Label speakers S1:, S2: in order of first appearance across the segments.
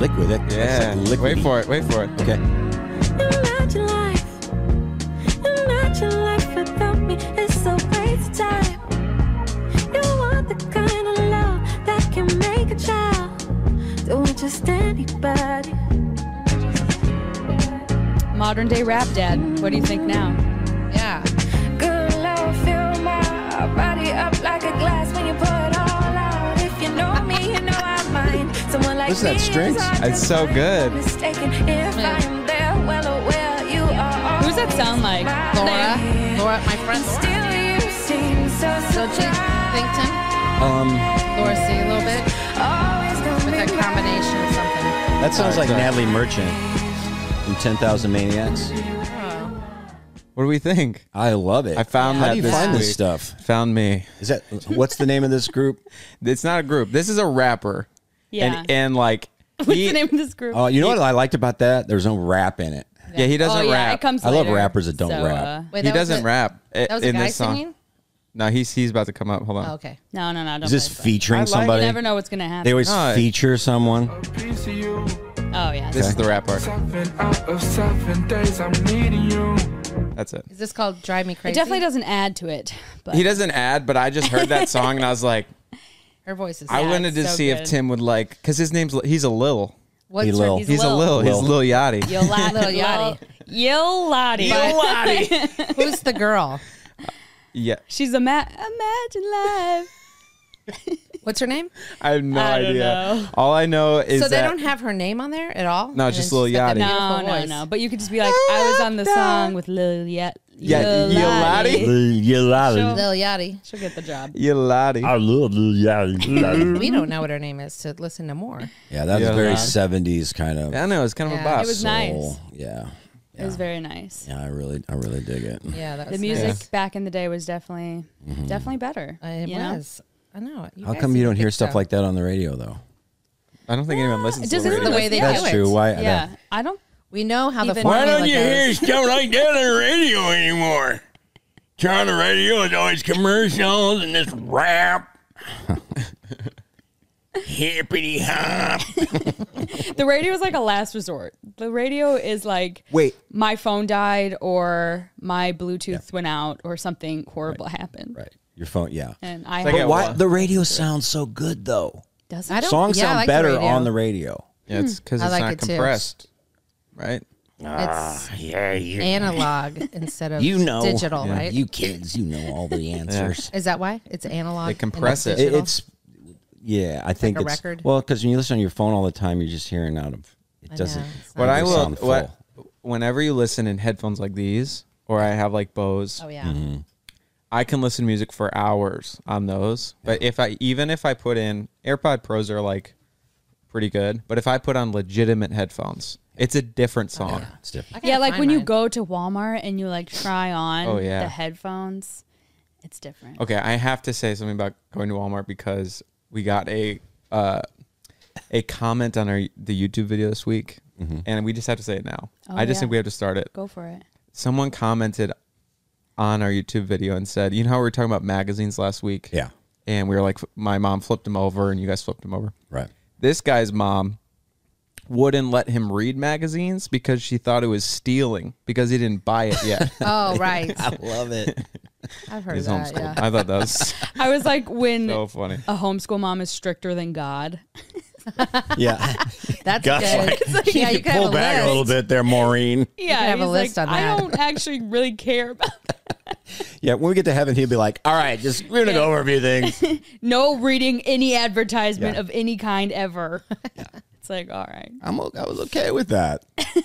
S1: liquid. That,
S2: Yeah.
S1: That's like liquid.
S2: Wait for it. Wait for it.
S1: Okay.
S3: Imagine life. Imagine life without me. It's a waste of time. You are the kind of love that can make a child do just anybody.
S4: Modern day rap dad. What do you think now?
S5: Yeah.
S3: Good love fill my body up like a glass when you pour it all out. If you know me, you know I mind. Someone like
S1: Listen to
S3: me
S1: that strings.
S3: is hard to
S2: It's so
S3: find.
S2: good.
S3: Mistaken if I am there, well aware you are.
S4: Who's that sound like?
S3: always my
S5: Laura.
S3: man.
S5: Laura, my friend Laura.
S3: Still you seem so
S5: So Jake Thinkton.
S1: Um,
S5: Laura C a little bit.
S3: Always gonna
S5: With a
S3: be
S5: combination of something.
S1: that sounds
S2: Sorry,
S1: like
S2: sorry.
S1: Natalie Merchant from Ten Thousand Maniacs.
S2: What do we think?
S1: I love it.
S2: I found
S1: How
S2: that
S1: do you
S2: this
S1: find this
S2: week.
S1: stuff?
S2: Found me.
S1: Is that what's the name of this group?
S2: It's not a group. This is a rapper.
S4: Yeah.
S2: And and like
S4: What's
S2: he-
S4: the name of this group?
S1: Oh, you know what I liked about that? There's no rap in it.
S2: Yeah, he doesn't
S4: oh, yeah,
S2: rap.
S4: It comes
S1: I love
S4: later.
S1: rappers that don't
S4: So,
S1: rap.
S4: uh,
S5: Wait,
S2: he
S5: that was
S2: doesn't
S5: a-
S2: rap. i-
S5: That was a
S2: in
S5: guy
S2: this song.
S5: singing?
S2: No, he's he's about to come up. Hold on.
S5: Oh, okay.
S4: no, no, no. Don't
S1: Is this
S4: play it.
S1: featuring
S2: I like-
S1: somebody?
S4: You never know what's going to happen.
S1: They always
S2: No, it-
S1: feature someone.
S4: oh, yeah.
S2: This is the rap part.
S6: Seven out of seven days, I'm needing you.
S2: That's it.
S5: Is this called Drive Me Crazy?
S4: It definitely doesn't add to it. But
S2: He doesn't add, but I just heard that song and I was like,
S5: Her voice is.
S2: I
S4: Yeah,
S2: wanted
S4: it's
S2: to
S4: so
S2: see if
S4: good.
S2: Tim would like, because his name's Li- he's a Lil.
S5: What's
S1: Hey,
S5: her-
S1: Lil.
S2: He's a Lil. He's
S1: Lil.
S2: Lil Yachty.
S4: Yo Lottie.
S5: Lil Yachty.
S4: Yo Lottie.
S5: Who's the girl?
S2: Yeah.
S4: She's a ma- Imagine Live.
S5: What's her name?
S2: I have no
S4: I don't
S2: idea.
S4: know.
S2: All I know is
S5: so they
S2: that
S5: don't have her name on there at all.
S2: No,
S5: And
S2: just
S5: then
S2: Lil
S5: she's got that
S2: Yachty.
S5: beautiful
S4: No, no,
S5: voice.
S4: no. But you could just be like, I was on the song with Lil Yet.
S2: Yeah, Yo Lottie.
S1: Yolali.
S5: Lil Yachty.
S4: She'll get the job.
S2: Yolati.
S1: I love Yolali.
S5: We don't know what her name is, so listen to more.
S1: Yeah, that was
S2: Yeah.
S1: very
S2: Yeah.
S1: 70s kind of.
S2: I know it's kind of
S5: Yeah.
S2: a boss.
S4: It was
S1: soul.
S4: nice.
S1: Yeah.
S4: It was very nice.
S1: Yeah, I really, I really dig it.
S5: Yeah, that was
S4: The music back in the day was definitely,
S1: Mm-hmm.
S4: definitely better.
S5: nice. It
S4: you know?
S5: was. I know.
S1: How come you don't hear stuff like that on the radio, though?
S2: I don't think anyone listens
S4: It
S2: to
S4: doesn't
S2: the
S5: the
S2: radio.
S5: way they
S1: That's
S5: do
S1: true.
S5: it?
S1: Why?
S4: Yeah, I don't.
S5: We know how the
S4: Even-
S5: formula goes.
S1: stuff like that on the radio anymore? Turn on the radio, it's always commercials and this rap. Hippity hop.
S4: The radio is like a last resort. The radio is like
S1: Wait.
S4: my phone died or my Bluetooth went out or something horrible happened.
S1: Right. Your phone, yeah.
S4: And I
S2: like
S4: had-
S2: a-
S1: Why?
S2: well-
S1: The radio sounds so good, though.
S4: doesn't.
S5: I don't.
S1: Songs
S5: yeah, I
S1: sound
S5: like
S1: better
S5: radio.
S1: on the radio.
S2: Yeah, it's because
S5: I
S2: it's
S5: like
S2: not
S5: it too.
S2: compressed, right?
S5: It's
S1: Yeah, you,
S5: analog instead of
S1: you know.
S5: digital,
S1: Yeah.
S5: right?
S1: You kids, you know all the answers.
S5: Is that why it's analog?
S2: They compress
S5: and
S2: it.
S5: digital?
S1: It's, yeah, I think
S5: a
S1: it's
S5: record?
S1: well because when you listen on your phone all the time, you're just hearing out of it doesn't.
S5: know.
S2: What I
S1: doesn't
S2: will,
S1: sound
S2: what,
S1: full.
S2: whenever you listen in headphones like these, or I have like Bose,
S5: Oh yeah.
S1: Mm-hmm.
S2: I can listen to music for hours on those. But if I, even if I put in AirPod Pros, are like pretty good. But if I put on legitimate headphones, it's a different song.
S1: It's different.
S5: I gotta
S4: yeah, like
S5: find
S4: when you
S5: mine.
S4: go to Walmart and you like try on
S2: Oh, yeah.
S4: the headphones, it's different.
S2: Okay, I have to say something about going to Walmart because we got a uh, a comment on our the YouTube video this week,
S1: Mm-hmm.
S2: and we just have to say it now. I just
S4: yeah.
S2: think we have to start it.
S4: Go for it.
S2: Someone commented on our YouTube video and said, "You know how we were talking about magazines last week?
S1: Yeah.
S2: and we were like, my mom flipped him over, and you guys flipped him over.
S1: Right.
S2: This guy's mom." Wouldn't let him read magazines because she thought it was stealing because he didn't buy it yet.
S5: Oh right.
S1: Love it.
S5: I've heard
S2: He's
S5: that.
S2: homeschooled.
S5: Yeah.
S2: I thought that was
S4: I was like, when
S2: so funny.
S4: a homeschool mom is stricter than God.
S1: Yeah.
S5: That's
S1: Gus,
S5: good.
S1: like,
S5: yeah, you can have a list.
S1: bit there, Maureen.
S4: Yeah,
S5: have a
S4: he's
S5: list
S4: like,
S5: on
S4: I
S5: that."
S4: don't actually really care about.
S1: Yeah, when we get to heaven, he'll be like, "All right, just we're gonna go over a few things."
S4: No reading any advertisement
S1: Yeah.
S4: of any kind ever. It's like, all right.
S1: I'm o- I was okay with that.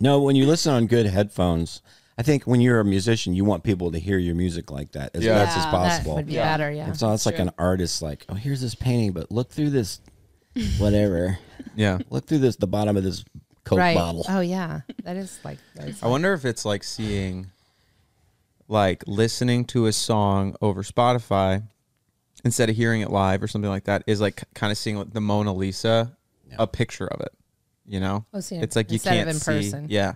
S1: no, when you listen on good headphones, I think when you're a musician, you want people to hear your music like that as
S2: Yeah.
S1: best as
S5: Yeah,
S1: possible.
S5: That would be better. Yeah.
S1: so it's like an artist, like, "Oh, here's this painting, but look through this, whatever.
S2: Yeah.
S1: look through this, the bottom of this coke
S5: right.
S1: bottle."
S5: Oh yeah. That is like. that is-
S2: I wonder if it's like seeing, like listening to a song over Spotify instead of hearing it live or something like that is like kind of seeing like the Mona Lisa, a picture of it. You know,
S5: Oh, see,
S2: it's like you
S5: instead of
S2: can't
S5: in
S2: see.
S5: person.
S2: Yeah,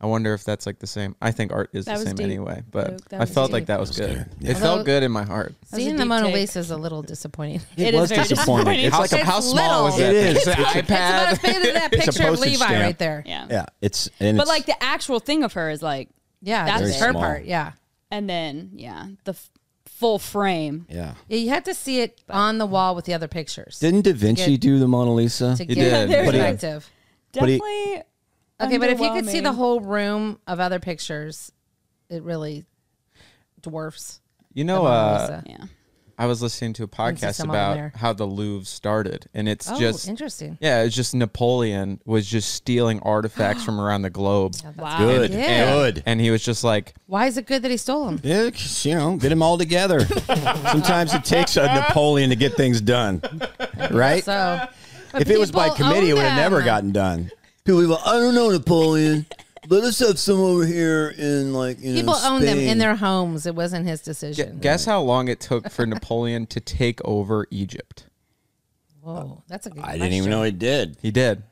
S2: I wonder if that's like the same. I think art is
S4: That
S2: the
S4: was
S2: same
S4: deep.
S2: anyway, but
S4: Luke, that
S2: I
S4: was
S2: felt
S4: deep.
S2: like that was
S1: was
S2: good.
S1: good. Yeah.
S2: It felt good in my heart.
S4: was a
S5: Seeing the
S4: deep
S5: Mona
S4: take.
S5: Lisa is a little disappointing.
S4: It is
S1: was
S4: very
S1: disappointing.
S4: disappointing.
S1: It's
S2: How,
S1: like
S5: It's
S2: how small was that?
S5: little.
S2: thing?
S1: It's-
S2: It's an
S1: it's-
S5: It's about
S2: iPad.
S5: as big as that
S1: It's a
S5: picture of
S1: postage
S5: Levi
S1: stamp.
S5: right there.
S4: Yeah.
S1: yeah, it's and
S4: But
S1: it's,
S4: like the actual thing of her is like,
S5: Yeah,
S4: That's
S5: that's
S4: it.
S5: her
S1: Small.
S5: part. Yeah.
S4: and then yeah, the f- full frame.
S1: yeah.
S5: Yeah, you have to see it on the wall with the other pictures
S1: Didn't Da Vinci
S5: Good.
S1: do the Mona Lisa?
S5: to
S2: He
S5: get
S2: did. But
S1: he-
S5: perspective.
S1: But he-
S4: Definitely.
S5: Okay, but if you could see the
S4: underwhelming.
S5: whole room of other pictures, it really dwarfs.
S2: You
S5: the
S2: know,
S5: Mona
S2: uh,
S5: Lisa.
S4: yeah,
S2: I was listening to a podcast
S5: Somerville there.
S2: about how the Louvre started, and it's
S5: Oh,
S2: just
S5: interesting.
S2: yeah, it's just Napoleon was just stealing artifacts from around the globe.
S4: wow.
S1: Good,
S5: Yeah.
S1: good.
S2: And he was just like,
S5: Why is it good that he stole them?
S1: Yeah, 'cause, you know, get them all together. Sometimes it takes a Napoleon to get things done, right?
S5: So,
S1: if it was by
S5: people
S1: committee, it
S5: own
S1: would have never
S5: them.
S1: gotten done. People would be like, I don't know, Napoleon. Let us have some over here in like you know,
S5: people own them in
S1: Spain."
S5: their homes. It wasn't his
S2: Gu-
S5: decision.
S2: guess how long it took for Napoleon to take over Egypt?
S5: Whoa, that's a good.
S1: I didn't even know he did.
S2: He did.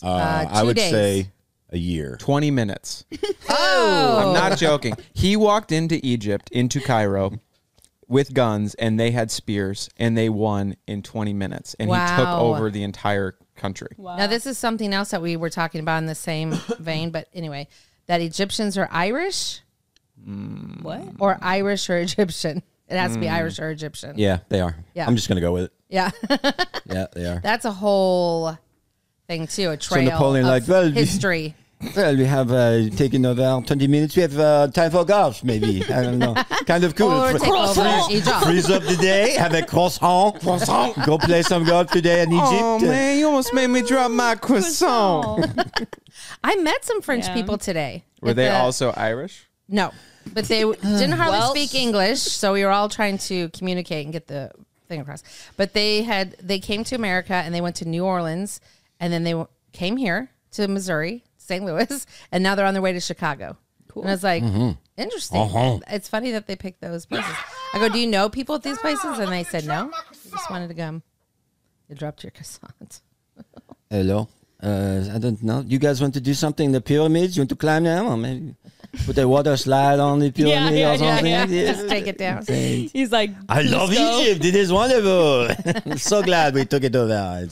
S1: Uh, I
S5: two
S1: would
S5: days.
S1: say a year.
S2: 20 minutes.
S5: Oh,
S2: I'm not joking. He walked into Egypt, into Cairo, with guns, and they had spears, and they won in 20 minutes. And he took
S5: Wow.
S2: over the entire country.
S5: Now, this is something else that we were talking about in the same vein, but anyway, that Egyptians are Irish
S4: What?
S5: or Irish or Egyptian. It has to be Irish or Egyptian.
S1: Mm. Yeah, they are.
S5: Yeah.
S1: I'm just gonna go with it.
S5: Yeah.
S1: Yeah, they are.
S5: That's a whole thing, too. A trail
S1: Napoleon,
S5: of
S1: like, well,
S5: history.
S1: Well, we have uh, taken over 20 minutes. We have uh, time for golf, maybe. I don't know. Kind of cool.
S5: Or
S1: Fr-
S5: take over
S1: freeze-
S5: Egypt.
S1: freeze up the day, have a croissant. Go play some golf today in Egypt.
S2: Oh, man, you almost made me drop my croissant.
S5: I met some French
S4: Yeah.
S5: people today.
S2: Were
S5: at
S2: they
S5: the-
S2: also Irish?
S5: No, but they didn't hardly
S4: Welsh.
S5: speak English, so we were all trying to communicate and get the thing across. But they had they came to America and they went to New Orleans, and then they w- came here to Missouri, St. Louis, and now they're on their way to Chicago. Cool. And I was like,
S2: Mm-hmm.
S5: interesting.
S2: Uh-huh.
S5: It's funny that they picked those places. I go, do you know people at these places? And they said no. I just wanted to come. You dropped your croissant.
S1: Hello. Uh, I don't know. You guys want to do something in the pyramids? You want to climb down? Or maybe put a water slide on the pyramid
S4: yeah,
S1: or
S4: yeah,
S1: something?
S4: yeah.
S5: Just take it down.
S4: He's like,
S1: I love
S4: Gusto.
S1: Egypt. It is wonderful. I'm so glad we took it over.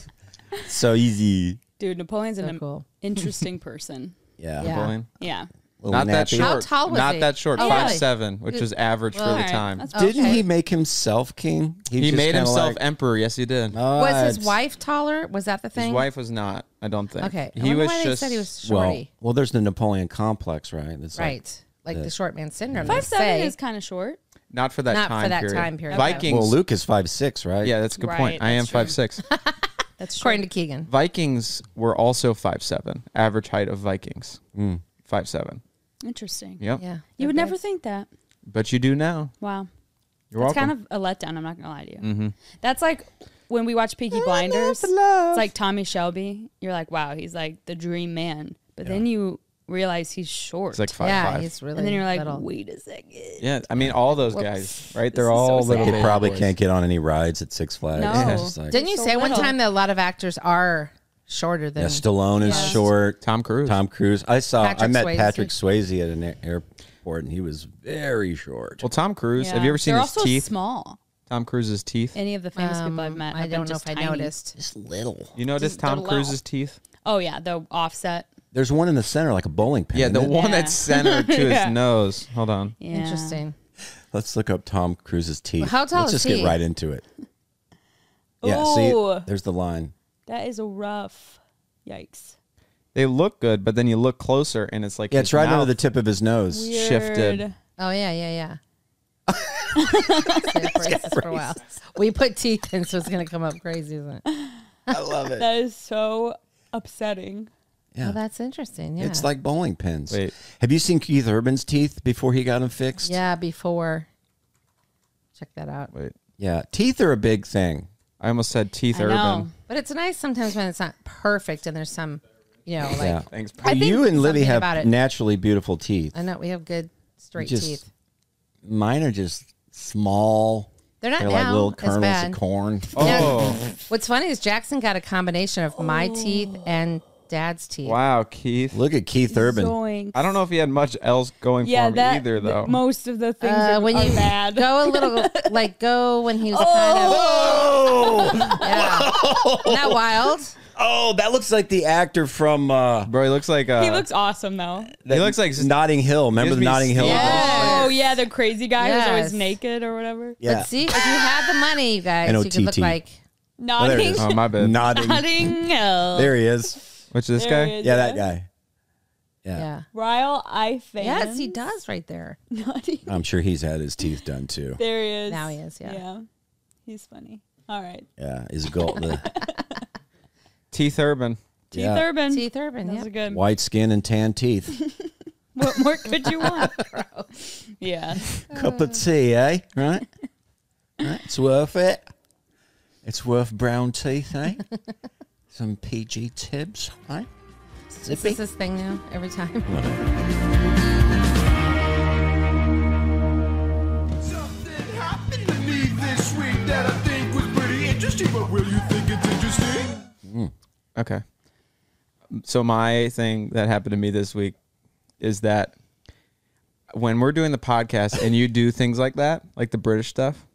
S1: It's so easy.
S4: Dude, Napoleon's an
S5: cool.
S4: interesting person.
S1: Yeah.
S5: Yeah.
S2: Napoleon?
S4: Yeah.
S1: Little
S2: Not that
S1: nappy.
S2: short.
S5: How tall was
S2: Not
S5: he?
S2: that short.
S5: Oh,
S2: Five
S5: really?
S2: seven, which was average
S4: Well,
S2: for
S4: all
S2: the
S4: right.
S2: time.
S4: That's
S1: Didn't
S5: Okay.
S1: he make himself king?
S2: he
S1: just
S2: made
S1: kinda
S2: himself
S1: like, Oh,
S2: emperor. Yes, he did.
S1: "All
S5: Was his
S1: right."
S5: wife taller? Was that the thing?
S2: His wife was not. I don't think.
S5: Okay. I
S2: He
S5: wonder
S2: was
S5: why
S2: just.
S5: they said he was shorty.
S1: Well, well, there's the Napoleon complex, right? It's like-
S5: Right. Like the short man syndrome.
S4: Five
S5: Five
S4: seven
S5: say.
S4: is kind of short.
S2: not for that
S5: Not for
S2: time.
S5: that
S2: period.
S5: time period. Okay.
S2: Vikings.
S1: well, Luke is five six, right?
S2: Yeah, that's a good
S4: Right,
S2: point. I am
S4: that's true.
S2: five six.
S4: That's short.
S5: according to Keegan.
S2: Vikings were also five seven. Average height of Vikings.
S1: Hmm.
S2: Five seven.
S4: Interesting.
S2: Yep.
S5: Yeah.
S4: You would never think that.
S2: But you do now.
S4: Wow.
S2: You're
S4: It's
S2: welcome. Mm-hmm.
S4: kind of a letdown. I'm not gonna lie to you. That's like when we watch Peaky Blinders. It's like Tommy Shelby. You're like, wow, he's like the dream man. But then you realize he's short.
S2: it's like five
S5: yeah,
S2: five.
S5: he's really
S4: and then you're like,
S5: little.
S4: wait a second.
S2: yeah, I mean all those guys, right? They're all
S4: so
S2: little.
S4: sad.
S1: They
S2: baby
S1: probably
S2: boys.
S1: can't get on any rides at Six Flags.
S4: No.
S1: It's just like-
S5: Didn't you
S4: so
S5: say one
S4: little.
S5: time that a lot of actors are shorter than
S1: yeah, Stallone is
S4: Yes.
S1: short.
S2: Tom Cruise.
S1: Tom Cruise. I saw. I
S5: Patrick
S1: met
S5: Swayze.
S1: Patrick Swayze at an air- airport, and he was very short.
S2: Well, Tom Cruise. Have
S4: Yeah.
S2: you ever seen
S4: They're
S2: his
S4: also
S2: teeth?
S4: small.
S2: Tom Cruise's teeth.
S4: Any of the famous people I've
S5: Um,
S4: met,
S5: I
S4: have been
S5: don't know if
S4: just
S5: I
S4: tiny.
S5: noticed.
S1: just little.
S2: You notice
S4: they're
S2: Tom
S4: loud.
S2: Cruise's teeth?
S4: Oh yeah, the offset.
S1: There's one in the center, like a bowling pin.
S2: Yeah, the
S1: isn't it?
S2: one
S4: Yeah.
S2: that's centered to
S4: Yeah.
S2: his nose. Hold on.
S4: Yeah.
S5: Interesting.
S1: Let's look up Tom Cruise's teeth.
S5: How tall
S1: Let's
S5: is
S1: just
S5: he?
S1: get right into it. Yeah. See,
S4: Ooh.
S1: there's the line.
S4: That is a rough. Yikes.
S2: They look good, but then you look closer and it's like
S1: Yeah,
S2: his
S1: it's right under
S2: mouth-
S1: the tip of his nose.
S2: Shifted.
S4: Weird.
S5: Oh yeah, yeah, yeah. Stayed racist for a while. We put teeth in, so it's gonna come up crazy, isn't it? Well,
S1: I love it.
S4: That is so upsetting.
S1: Yeah.
S5: Oh, that's interesting. Yeah,
S1: It's like bowling pins.
S2: Wait.
S1: Have you seen Keith Urban's teeth before he got them fixed?
S5: yeah. Before, check that out.
S2: Wait,
S1: Yeah. Teeth are a big thing.
S2: I almost said teeth
S4: I
S2: urban.
S4: know.
S5: But it's nice sometimes when it's not perfect and there's some, you know, like
S1: Yeah.
S2: Thanks.
S1: Well, you and Livy
S5: something
S1: have
S5: about it-
S1: naturally beautiful teeth.
S5: I know we have good straight
S1: Just-
S5: teeth.
S1: Mine are just small.
S5: They're not
S1: They're
S5: now
S1: like little
S5: as
S1: kernels
S5: bad.
S1: of corn.
S5: Yeah.
S2: Oh,
S5: Oh. What's funny is Jackson got a combination of my teeth and dad's teeth.
S2: Wow, Keith.
S1: Look at Keith Urban.
S4: Zoinks.
S2: I don't know if he had much else going
S4: Yeah,
S2: for him
S4: that
S2: either, though.
S4: most of the things
S5: Uh,
S4: are,
S5: when
S4: are
S5: you
S4: bad.
S5: go a little, like go when he was kind of. Yeah. Isn't that wild?
S1: Oh, that looks like the actor from uh,
S2: Bro, he looks like uh,
S4: he looks awesome though.
S2: He looks like-
S1: Notting Hill. Remember
S2: Gives
S1: the
S2: me
S1: Notting Hill?
S2: sneeze.
S1: girl?
S4: Oh yeah, the crazy guy who's
S5: Yes.
S4: always naked or whatever.
S1: Yeah.
S5: But see, if you had the money, you guys, you could look
S1: NOTT.
S5: like
S1: Oh, there it
S4: Nodding,
S1: is.
S2: Oh, my bad.
S1: Nodding.
S4: nodding. oh.
S1: There he is.
S2: Which this
S4: There
S2: guy?
S4: he is.
S1: Yeah, that guy. Yeah.
S5: yeah.
S4: Ryle I fan.
S5: Yes, he does right there.
S4: Nodding.
S1: I'm sure he's had his teeth done too.
S4: There he is.
S5: Now he is, yeah.
S4: Yeah. He's funny. All right.
S1: Yeah, his gold, the
S2: Teeth Urban.
S4: Teeth
S1: Yeah.
S4: Urban.
S5: Teeth Urban.
S4: Those
S5: Yeah.
S4: are good.
S1: white skin and tan teeth.
S4: What more could you want? yeah.
S1: Cup of tea, eh? Right? right? It's worth it. It's worth brown teeth, eh? Some PG tips, right?
S5: This is his thing now every time.
S7: Something happened to me this week that I think was pretty interesting, but will you think it's interesting?
S2: Okay. So my thing that happened to me this week is that when we're doing the podcast and you do things like that, like the British stuff,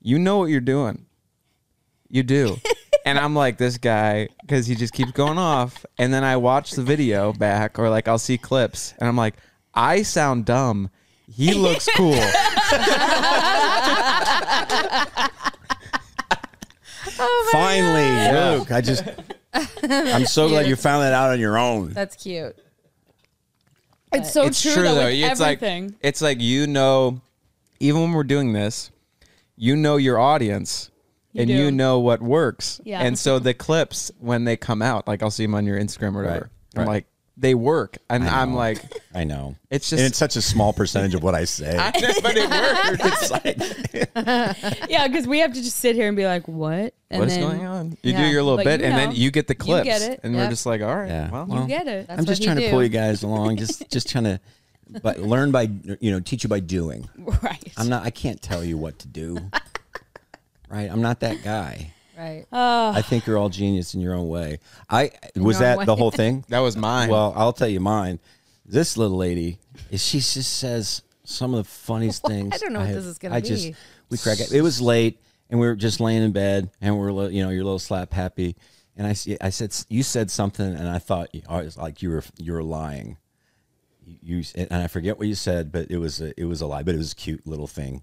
S2: you know what you're doing. You do. And I'm like this guy because he just keeps going off. And then I watch the video back, or like I'll see clips, and I'm like, I sound dumb. He looks cool.
S5: Oh
S1: Finally, Luke. I just I'm so glad you found that out on your own.
S5: That's cute.
S4: It's so
S2: it's
S4: true,
S2: true,
S4: though.
S2: though.
S4: with
S2: It's
S4: everything.
S2: like it's like you know, even when we're doing this, you know your audience, and
S4: do.
S2: you know what works.
S4: Yeah.
S2: And so the clips when they come out, like I'll see them on your Instagram or whatever.
S1: Right,
S2: I'm
S1: right.
S2: like, they work, and I'm
S1: know.
S2: like,
S1: I know.
S2: It's
S1: And
S2: just-
S1: it's such a small percentage of what I say.
S2: I know, but it worked.
S1: it's like
S4: yeah, because we have to just sit here and be like, what? And
S2: What is
S4: then
S2: going on? You
S5: yeah,
S2: do your little
S4: but
S2: bit,
S4: you
S2: and then
S4: know.
S2: you get the
S4: You get
S2: clips,
S4: it,
S2: and
S5: yep.
S2: we're just like, all right,
S1: Yeah.
S2: well,
S1: Well,
S4: Get it.
S1: I'm just
S5: what
S1: trying
S5: you
S1: to pull
S5: do.
S1: you guys along. Just just trying to but learn by you know, teach you by doing.
S4: right.
S1: I'm not I can't tell you what to do. right? I'm not that guy.
S5: Right.
S1: I think you're all genius in your own way. I was
S5: your own
S1: that the
S5: way.
S1: whole thing?
S2: that was mine.
S1: Well, I'll tell you mine. This little lady, is she just says some of the funniest things.
S5: I don't know what this is gonna
S1: I just
S5: be.
S1: we crack it. It was late, and we were just laying in bed, and we are are you know you're a little slap happy, and I s- I said s- you said something, and I thought I was like you were you were lying. You you- and I forget what you said, but it was a, it was a lie, but it was a cute little thing.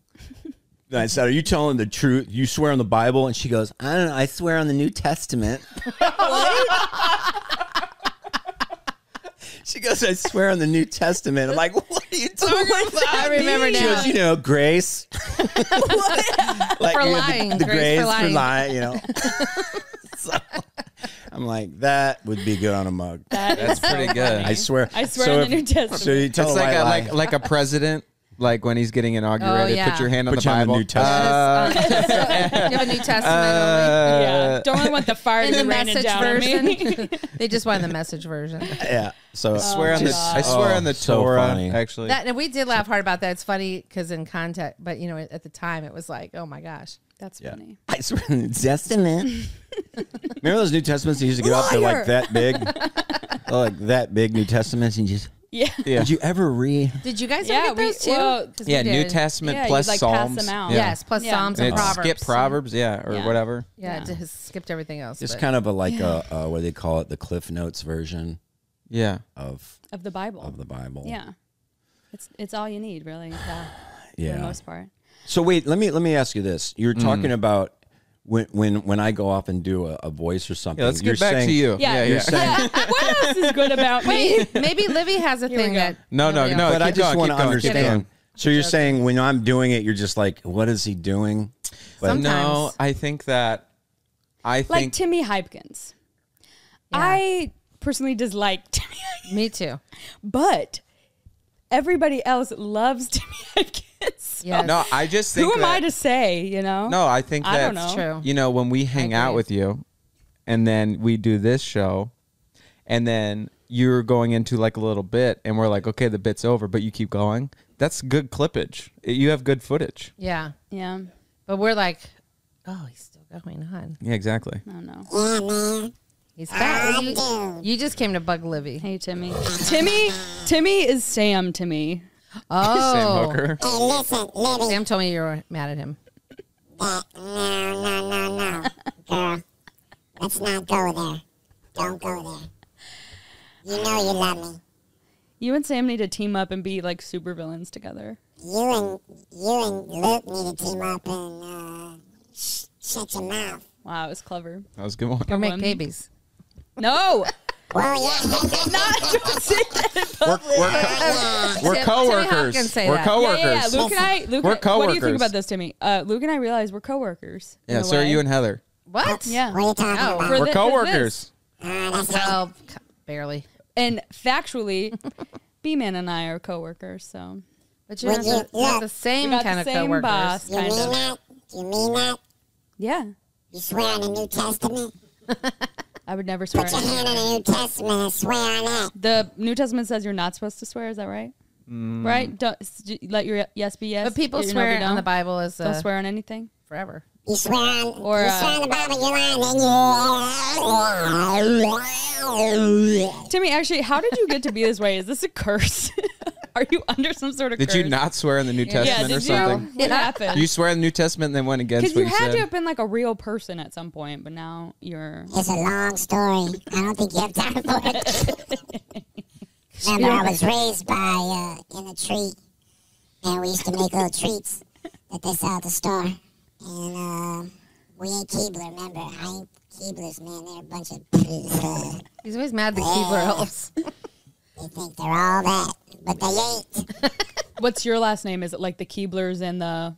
S1: And I said, "Are you telling the truth? You swear on the Bible?" And she goes, "I don't know. I swear on the New Testament." She goes, I swear on the New Testament. I'm like, what are you talking about?
S5: I remember
S1: She
S5: now.
S1: goes, you know, grace. like,
S5: For
S1: you know,
S5: lying.
S1: The, the
S5: Grace for
S1: grace,
S5: lying.
S1: for lying, you know. So, I'm like, that would be good on a mug.
S2: that's pretty good.
S1: I swear.
S4: I swear
S1: So
S4: on
S1: if-
S4: the New Testament.
S1: So you tell
S2: It's
S1: a
S2: like
S1: white
S2: a,
S1: lie.
S2: like like a president, like when he's getting inaugurated,
S4: Oh,
S5: yeah.
S2: put your hand on
S1: Put
S2: the
S1: your hand on
S2: Bible. Uh,
S1: the New Testament.
S5: Uh, you have a New
S4: uh,
S5: Testament only.
S4: yeah. Don't really want the fire to
S5: In
S4: be
S5: the
S4: raining
S5: message
S4: down on me.
S5: version. they just want the message version.
S1: yeah. So
S2: I swear on the
S4: God.
S2: I swear
S1: oh,
S2: on the
S1: so
S2: Torah.
S1: funny.
S2: actually,
S5: That and we did laugh hard about that. It's funny because in context, but you know, at the time it was like, oh my gosh,
S4: That's
S1: Yeah.
S4: funny.
S1: I swear on the New Testament. Remember those New Testaments that used to get up? They're
S4: Liar.
S1: like that big. They're like that big New Testaments. And you just,
S4: Yeah.
S2: Yeah.
S1: did you ever read?
S5: did you guys
S4: Yeah,
S5: ever get
S4: we-
S5: those too?
S4: well,
S5: 'Cause we
S2: yeah, New
S5: did.
S2: Testament
S4: Yeah, you,
S2: plus
S4: like, pass
S2: Psalms.
S4: them out.
S2: Yeah.
S5: Yes, plus
S4: Yeah.
S5: Psalms
S2: and
S5: and,
S2: it
S5: Proverbs.
S2: skip Proverbs, yeah, or
S4: Yeah.
S2: whatever.
S5: Yeah,
S4: Yeah.
S5: it just skipped everything else.
S1: Just
S5: but-
S1: kind of a like a, uh, what do they call it? The Cliff Notes version
S2: Yeah,
S1: of
S4: Of the Bible.
S1: of the Bible.
S4: Yeah. It's it's all you need, really, yeah, for the
S1: Yeah.
S4: most part.
S1: So wait, let me let me ask you this. You're talking about when when when I go off and do a, a voice or something.
S2: yeah. Let's
S1: you're
S2: get back
S1: saying-
S2: to you.
S4: Yeah.
S2: yeah.
S4: You're
S2: yeah.
S1: saying-
S4: what else is good about me?
S5: Maybe Livy has a
S4: we
S5: thing
S4: go.
S5: that.
S2: No, no,
S5: nobody
S2: no.
S5: else-
S1: But I
S2: keep
S1: just
S2: going,
S1: want to
S2: keep going, keep
S1: understand.
S2: going.
S1: So you're saying when I'm doing it, you're just like, what is he doing? But
S2: No,
S5: Sometimes.
S2: I think that I
S4: Like
S2: think
S4: Timmy Hypkins.
S5: Yeah.
S4: I personally dislike Timmy Hypkins,
S5: Me too.
S2: Oh,
S4: but everybody else loves Timmy Hypkins.
S5: Yes.
S2: no. I just think
S4: Who am
S2: that,
S4: I to say, you know?
S2: No, I think
S4: I
S2: that's
S4: don't know.
S5: True.
S2: You know, when we hang out
S5: agree.
S2: with you and then we do this show and then you're going into like a little bit and we're like, okay, the bit's over, but you keep going. That's good clippage. You have good footage.
S5: Yeah,
S4: Yeah.
S5: but we're like, oh, he's still going on.
S2: Yeah, exactly.
S4: I don't know.
S5: He's back. You, you just came to bug Livy.
S4: Hey, Timmy. Timmy, Timmy is Sam to me.
S5: Oh,
S2: Sam Hooker.
S8: Hey, listen, Libby.
S5: Sam told me you were mad at him.
S8: That, no, no, no, no. Girl, let's not go there. Don't go there. You know you love me.
S4: You and Sam need to team up and be like super villains together.
S8: You and you and Luke need to team up and uh, sh- shut your mouth.
S4: Wow, it was clever.
S2: That was a good one.
S5: Or make
S4: one.
S5: babies.
S4: No,
S8: Well, Oh, yeah.
S2: We're, we're,
S8: yeah.
S2: we're
S5: Tim- Timmy
S2: coworkers.
S5: Hopkins say
S2: We're
S5: that.
S4: yeah,
S2: coworkers.
S4: yeah, yeah. Luke and I. Luke,
S2: We're
S4: What do you
S2: coworkers.
S4: think about this, Timmy? Uh, Luke and I realize we're coworkers. in
S2: Yeah,
S4: a
S2: so are
S4: way.
S2: you and Heather.
S5: What?
S4: yeah.
S8: What are you talking
S5: Oh,
S8: about?
S2: We're
S4: for thi- for
S2: coworkers.
S8: Oh, that's not
S5: Oh, c- barely.
S4: And factually, B Man and I are coworkers. So
S5: But you're not,
S8: Would
S5: the,
S8: you-
S5: not
S8: yeah.
S5: the
S4: we
S5: same
S4: got
S5: kind
S4: the
S5: of
S4: same
S5: coworkers.
S4: boss,
S8: You
S4: kind
S8: mean
S4: of.
S8: that? You mean that?
S4: Yeah,
S8: You swear on the New Testament?
S4: I would never swear.
S8: Put your hand on the New Testament and swear on that.
S4: The New Testament says you're not supposed to swear. Is that right?
S2: Mm.
S4: Right? Don't s- j- let your yes be yes.
S5: But people
S4: your no
S5: swear
S4: be
S5: on
S4: no.
S5: the Bible as
S4: Don't
S5: uh,
S4: swear on anything.
S5: forever.
S8: You swear on,
S4: Or,
S8: you
S4: uh,
S8: swear on the Bible, you're lying, then you... uh,
S4: Timmy, actually, how did you get to be this way? Is this a curse? Are you under some sort of
S2: Did
S4: curse?
S2: you not swear in the New
S4: Yeah,
S2: Testament
S4: did
S2: or
S4: you?
S2: something?
S4: What happened?
S2: You swear in the New Testament and then went against
S4: Because
S2: what
S4: you
S2: you
S4: had
S2: said.
S4: to have been like a real person at some point, but now you're.
S8: It's a long story. I don't think you have time for it. Remember, I was raised by uh, in a tree, and we used to make little treats that they sell at the store. And uh, we ate Keebler. Remember, I ate Keeblers, man. They're a bunch of. Uh,
S5: He's always mad that Keebler helps.
S8: they think they're all that, but they ain't.
S4: What's your last name? Is it like the Keeblers and the?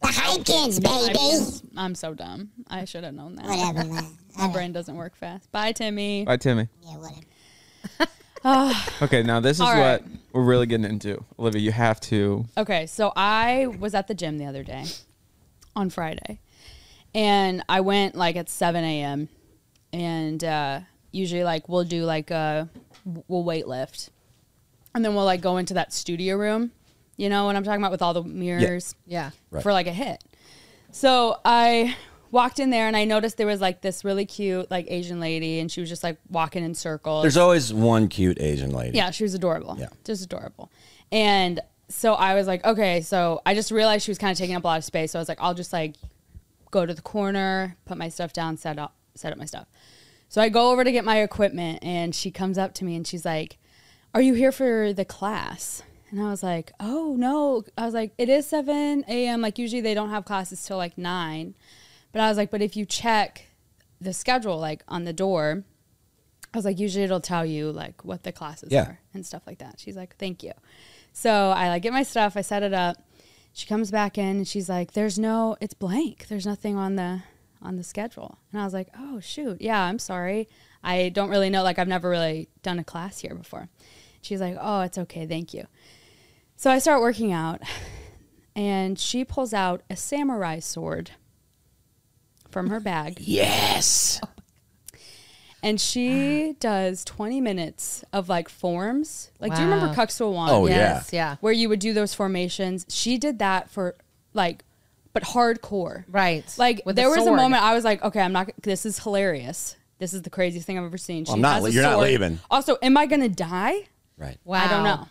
S8: The Hypekins, baby.
S4: I'm so dumb. I should have known that.
S8: Whatever, man. Oh,
S4: My brain doesn't work fast. Bye, Timmy.
S2: Bye, Timmy.
S8: Yeah, whatever.
S2: Okay, now this is
S4: All
S2: what
S4: right.
S2: we're really getting into. Olivia, you have to.
S4: Okay, so I was at the gym the other day on Friday, and I went like at 7 a.m. And uh, usually, like, we'll do like a we'll weight lift, and then we'll like go into that studio room, you know what I'm talking about with all the mirrors
S5: Yeah.
S1: Right.
S4: for like a hit. So I walked in there and I noticed there was like this really cute like Asian lady, and she was just like walking in circles.
S1: There's always one cute Asian lady.
S4: Yeah, she was adorable.
S1: Yeah.
S4: Just adorable. And so I was like, okay, so I just realized she was kind of taking up a lot of space. So I was like, I'll just like go to the corner, put my stuff down, set up set up my stuff. So I go over to get my equipment and she comes up to me and she's like, "Are you here for the class?" And I was like, "Oh, no." I was like, "It is 7 a.m. like usually they don't have classes till like 9." But I was like, "But if you check the schedule like on the door, I was like, usually it'll tell you like what the classes
S1: Yeah.
S4: are and stuff like that. She's like, thank you. So I like get my stuff, I set it up. She comes back in and she's like, there's no, it's blank. There's nothing on the on the schedule. And I was like, oh shoot, yeah, I'm sorry. I don't really know. Like I've never really done a class here before. She's like, oh, it's okay, thank you. So I start working out, and she pulls out a samurai sword from her bag.
S1: Yes.
S4: And she does 20 minutes of like forms. Like, do you remember
S5: Wow.
S4: Cuxalwan?
S1: Oh, yeah.
S5: Yes. Yeah.
S4: Where you would do those formations. She did that for like, but hardcore.
S5: Right.
S4: Like,
S5: With
S4: there was a
S5: sword.
S4: moment I was like, okay, I'm not, this is hilarious. This is the craziest thing I've ever seen. She
S1: I'm not
S4: has a
S1: le- you're not
S4: sword.
S1: leaving.
S4: Also, am I going to die?
S1: Right.
S5: Wow.
S4: I don't know.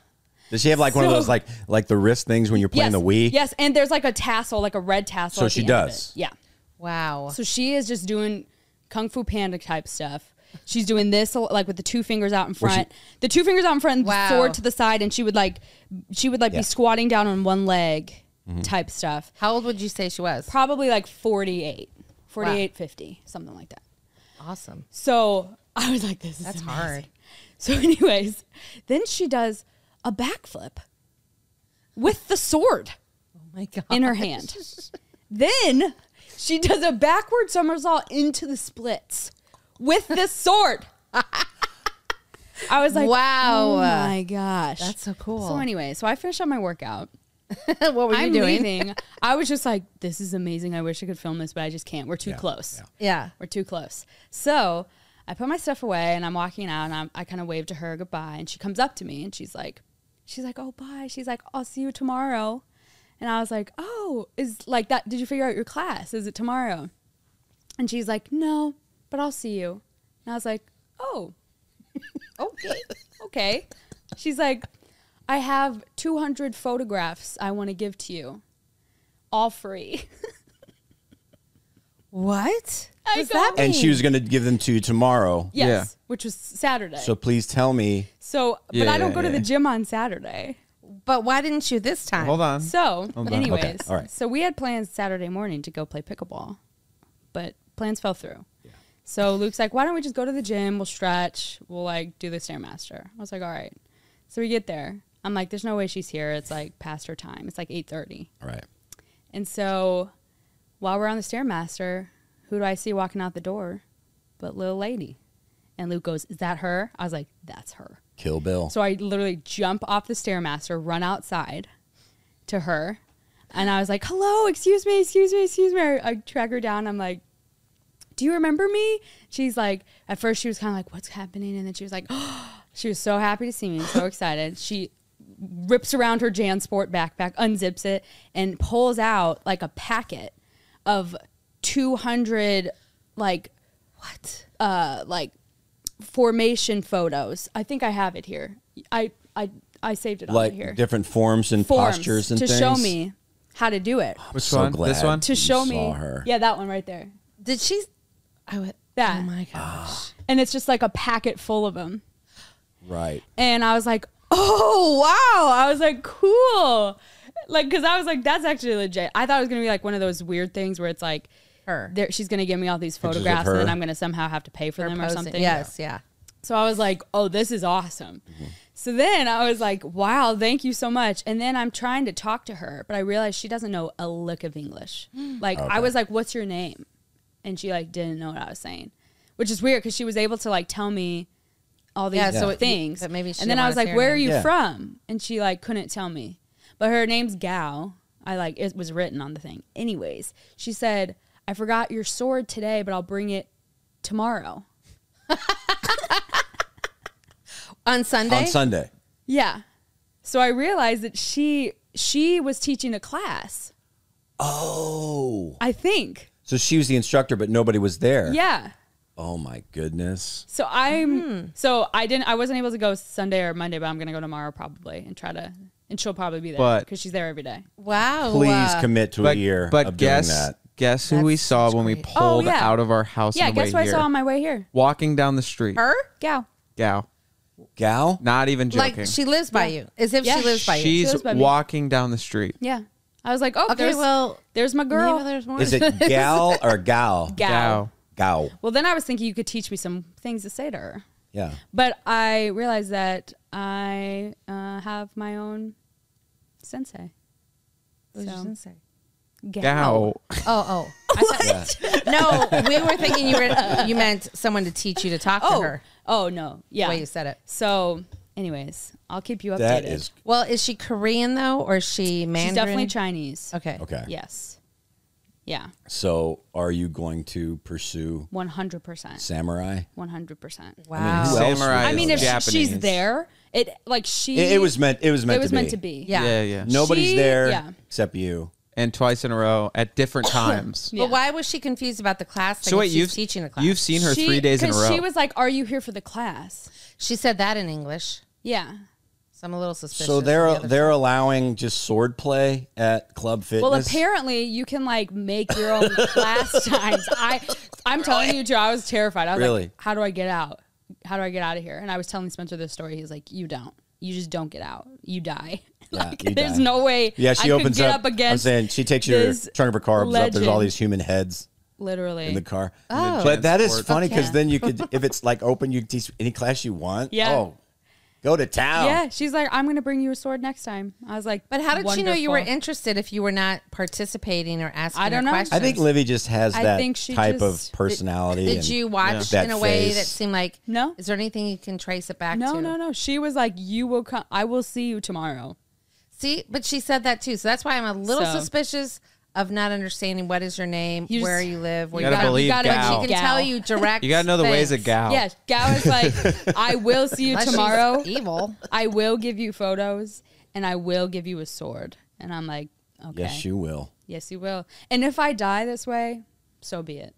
S1: Does she have like one of
S4: So-
S1: those like like the wrist things when you're playing
S4: yes.
S1: the Wii?
S4: Yes. And there's like a tassel, like a red tassel.
S1: So
S4: at
S1: she
S4: the end of
S1: does.
S4: it. Yeah.
S5: Wow.
S4: So she is just doing kung fu panda type stuff. She's doing this like with the two fingers out in
S1: she-
S4: front, the two fingers out in front, and
S5: Wow.
S4: the sword to the side, and she would like she would like
S1: Yeah. Mm-hmm.
S4: be squatting down on one leg type stuff.
S5: How old would you say she was?
S4: Probably like 48, 48,
S5: Wow.
S4: 50, something like that.
S5: Awesome.
S4: So I was like, this is
S5: That's
S4: amazing.
S5: hard.
S4: So, anyways, then she does a backflip with the sword
S5: Oh my god.
S4: in her hand. then she does a backward somersault into the splits with the sword. I was like,
S5: Wow.
S4: oh my gosh,
S5: That's so cool.
S4: So anyway, so I finished up my workout.
S5: what were you
S4: I'm
S5: doing?
S4: leaving. I was just like, this is amazing. I wish I could film this, but I just can't. We're too close.
S5: Yeah.
S4: We're too close. So I put my stuff away and I'm walking out and I'm, I kind of wave to her goodbye. And she comes up to me and she's like, she's like, oh, bye. She's like, I'll see you tomorrow. And I was like, oh, is like that? Did you figure out your class? Is it tomorrow? And she's like, no, but I'll see you. And I was like, oh, okay, okay. She's like, I have 200 photographs I want to give to you, all free.
S5: What?
S4: I
S5: Does
S4: go-
S5: that mean?
S1: And she was going to give them to you tomorrow.
S4: Yes,
S2: Yeah.
S4: which was Saturday.
S1: So
S4: So,
S1: please tell me.
S4: but
S2: Yeah,
S4: I don't
S2: yeah,
S4: go to
S2: yeah.
S4: the gym on Saturday.
S5: but why didn't you this time?
S2: Hold on.
S4: So,
S2: on.
S4: anyways,
S1: Okay, all right.
S4: so we had plans Saturday morning to go play pickleball, but plans fell through. So Luke's like, "Why don't we just go to the gym? We'll stretch. We'll like do the stairmaster." I was like, "All right." So we get there. I'm like, "There's no way she's here. It's like past her time. It's like 8:30."
S1: All right.
S4: And so, while we're on the stairmaster, who do I see walking out the door? But little lady. And Luke goes, "Is that her?" I was like, "That's her."
S1: Kill Bill.
S4: So I literally jump off the stairmaster, run outside to her, and I was like, "Hello, excuse me, excuse me, excuse me." I track her down. I'm like, "Do you remember me?" She's like, at first she was kind of like, "What's happening?" And then she was like, "She was so happy to see me, so excited." She rips around her JanSport backpack, unzips it, and pulls out like a packet of 200 like what uh like formation photos. I think I have it here. I I I saved it all
S1: like
S4: here.
S1: different forms and
S4: Forms
S1: postures and
S4: to
S1: things.
S4: show me how to do it.
S2: Which
S1: So
S2: one?
S1: glad.
S2: This one?
S4: To
S1: you
S4: show me
S1: saw her.
S4: Yeah, that one right there.
S5: Did she? I went.
S4: That.
S5: Oh my gosh.
S4: And it's just like a packet full of them.
S1: Right.
S4: And I was like, "Oh, wow." I was like, "Cool." Like cuz I was like, "That's actually legit." I thought it was going to be like one of those weird things where it's like
S5: Her.
S4: there, she's going to give me all these
S1: Pictures of
S4: photographs and then
S1: her.
S4: I'm going to somehow have to pay for
S5: Her
S4: them or
S5: posing.
S4: something.
S5: Yes. Yeah.
S4: So I was like, oh, this is awesome. So then I was like, wow, thank you so much. And then I'm trying to talk to her, but I realized she doesn't know a lick of English. Like, I was like, what's your name? And she like didn't know what I was saying, which is weird because she was able to like tell me all these
S5: Yeah, so it-
S4: things.
S5: but maybe she
S4: and then I
S5: didn't want
S4: was
S5: us
S4: like,
S5: hearing
S4: where
S5: it.
S4: are you
S1: Yeah.
S4: from? And she like couldn't tell me, but her name's Gal. I like it was written on the thing. Anyways, she said, I forgot your sword today, but I'll bring it tomorrow.
S5: On Sunday.
S1: On Sunday.
S4: Yeah. So I realized that she she was teaching a class.
S1: Oh.
S4: I think.
S1: So she was the instructor, but nobody was there.
S4: Yeah.
S1: Oh my goodness.
S4: So I'm
S2: Hmm.
S4: so I didn't I wasn't able to go Sunday or Monday, but I'm gonna go tomorrow probably and try to and she'll probably be there
S2: But-
S4: because she's there every day.
S5: wow.
S1: Please
S5: uh,
S1: commit to a year
S2: but
S1: of
S2: guess
S1: doing that.
S2: guess who we
S5: That's
S2: saw
S5: such
S2: when we
S5: great-
S4: Oh,
S2: pulled
S4: yeah.
S2: out of our house.
S4: Yeah,
S2: on the
S4: guess
S2: way
S4: what I
S2: here.
S4: saw on my way here?
S2: Walking down the street.
S5: Her.
S4: Gal.
S2: Gal,
S1: Gal?
S2: not even joking.
S5: Like she lives by you, as if
S4: Yeah.
S5: she lives by you.
S2: She's
S4: lives by me.
S2: walking down the street.
S4: Yeah. I was like, oh,
S5: Okay,
S4: there's,
S5: well,
S4: there's my girl.
S5: Maybe there's more.
S1: Is it gal or gal?
S4: Gal.
S2: Gal.
S1: Gal.
S4: Well, then I was thinking you could teach me some things to say to her,
S1: Yeah.
S4: but I realized that I uh, have my own sensei.
S5: What did you
S4: So.
S5: just say?
S2: Gal.
S5: Oh, oh. I thought- no, we were thinking you were, you meant someone to teach you to talk
S4: Oh,
S5: to her.
S4: oh no,
S5: The
S4: yeah.
S5: way you said it.
S4: So, anyways, I'll keep you updated.
S1: That is
S5: Well, is she Korean though, or is she Mandarin?
S4: She's definitely Chinese.
S5: Okay.
S1: okay.
S4: Yes. Yeah.
S1: So are you going to pursue
S4: One hundred percent.
S1: samurai?
S4: One hundred percent.
S5: Wow.
S1: I mean, who else
S2: Samurai.
S1: would
S4: I mean, if
S2: is
S4: she-
S2: Japanese.
S4: she's there, it like she.
S1: It, it was meant it was meant
S4: It was
S1: to
S4: meant
S1: be.
S4: to be.
S5: Yeah.
S2: Yeah, yeah.
S1: Nobody's
S4: She-
S1: there
S4: yeah.
S1: except you.
S2: And twice in a row at different times.
S4: Yeah.
S5: But why was she confused about the class? Thing
S2: So wait,
S5: if she's
S2: you've
S5: teaching a class.
S2: You've seen her
S4: She-
S2: three days in a
S4: 'cause
S2: row.
S4: She was like, "Are you here for the class?"
S5: she said that in English,
S4: Yeah.
S5: so I'm a little suspicious.
S1: So
S5: of
S1: they're
S5: the other-
S1: they're allowing just sword play at club fitness.
S4: Well, apparently you can like make your own class times. I, I'm telling you, Joe, I was terrified. I was like,
S1: Really?
S4: how do I get out? How do I get out of here? And I was telling Spencer this story. He's like, you don't. You just don't get out. You die.
S1: Yeah,
S4: like,
S1: you
S4: there's
S1: die.
S4: no way.
S1: Yeah, she
S4: I could
S1: opens
S4: get
S1: up.
S4: up against.
S1: I'm saying she takes your
S4: this
S1: trunk of her car opens up. There's all
S4: legend.
S1: these human heads
S4: literally.
S1: in the car.
S5: Oh.
S1: But that is
S2: Transport.
S1: funny because
S5: Yeah.
S1: then you could, if it's like open, you can teach any class you want.
S4: Yeah.
S1: Oh, go to town.
S4: yeah, she's like, I'm gonna bring you a sword next time. I was like,
S5: But how did she know you were
S4: wonderful.
S5: interested if you were not participating or asking?
S4: I don't
S5: her
S4: know. I
S5: Questions?
S1: I think Livy just has
S4: I
S1: that
S4: think she
S1: type
S4: just-
S1: of personality.
S5: Did
S1: and-
S5: you watch
S1: That
S5: in a way
S1: face.
S5: that seemed like
S4: No.
S5: Is there anything you can trace it back
S4: No,
S5: to?
S4: no, no. She was like, you will come. I will see you tomorrow.
S5: See, but she said that too, so that's why I'm a little
S4: So-
S5: suspicious of not understanding what is your name,
S4: You just-
S5: where you live, where
S2: You gotta
S5: from.
S2: believe
S5: But
S2: Gal.
S5: she can
S4: Gal.
S5: tell you direct.
S2: you got to know the ways of
S5: things.
S2: Gal.
S4: Yeah, Gao was like, I will see you
S5: Unless she's
S4: tomorrow.
S5: evil.
S4: I will give you photos and I will give you a sword. And I'm like, okay.
S1: Yes, you will.
S4: Yes, you will. And if I die this way, so be it.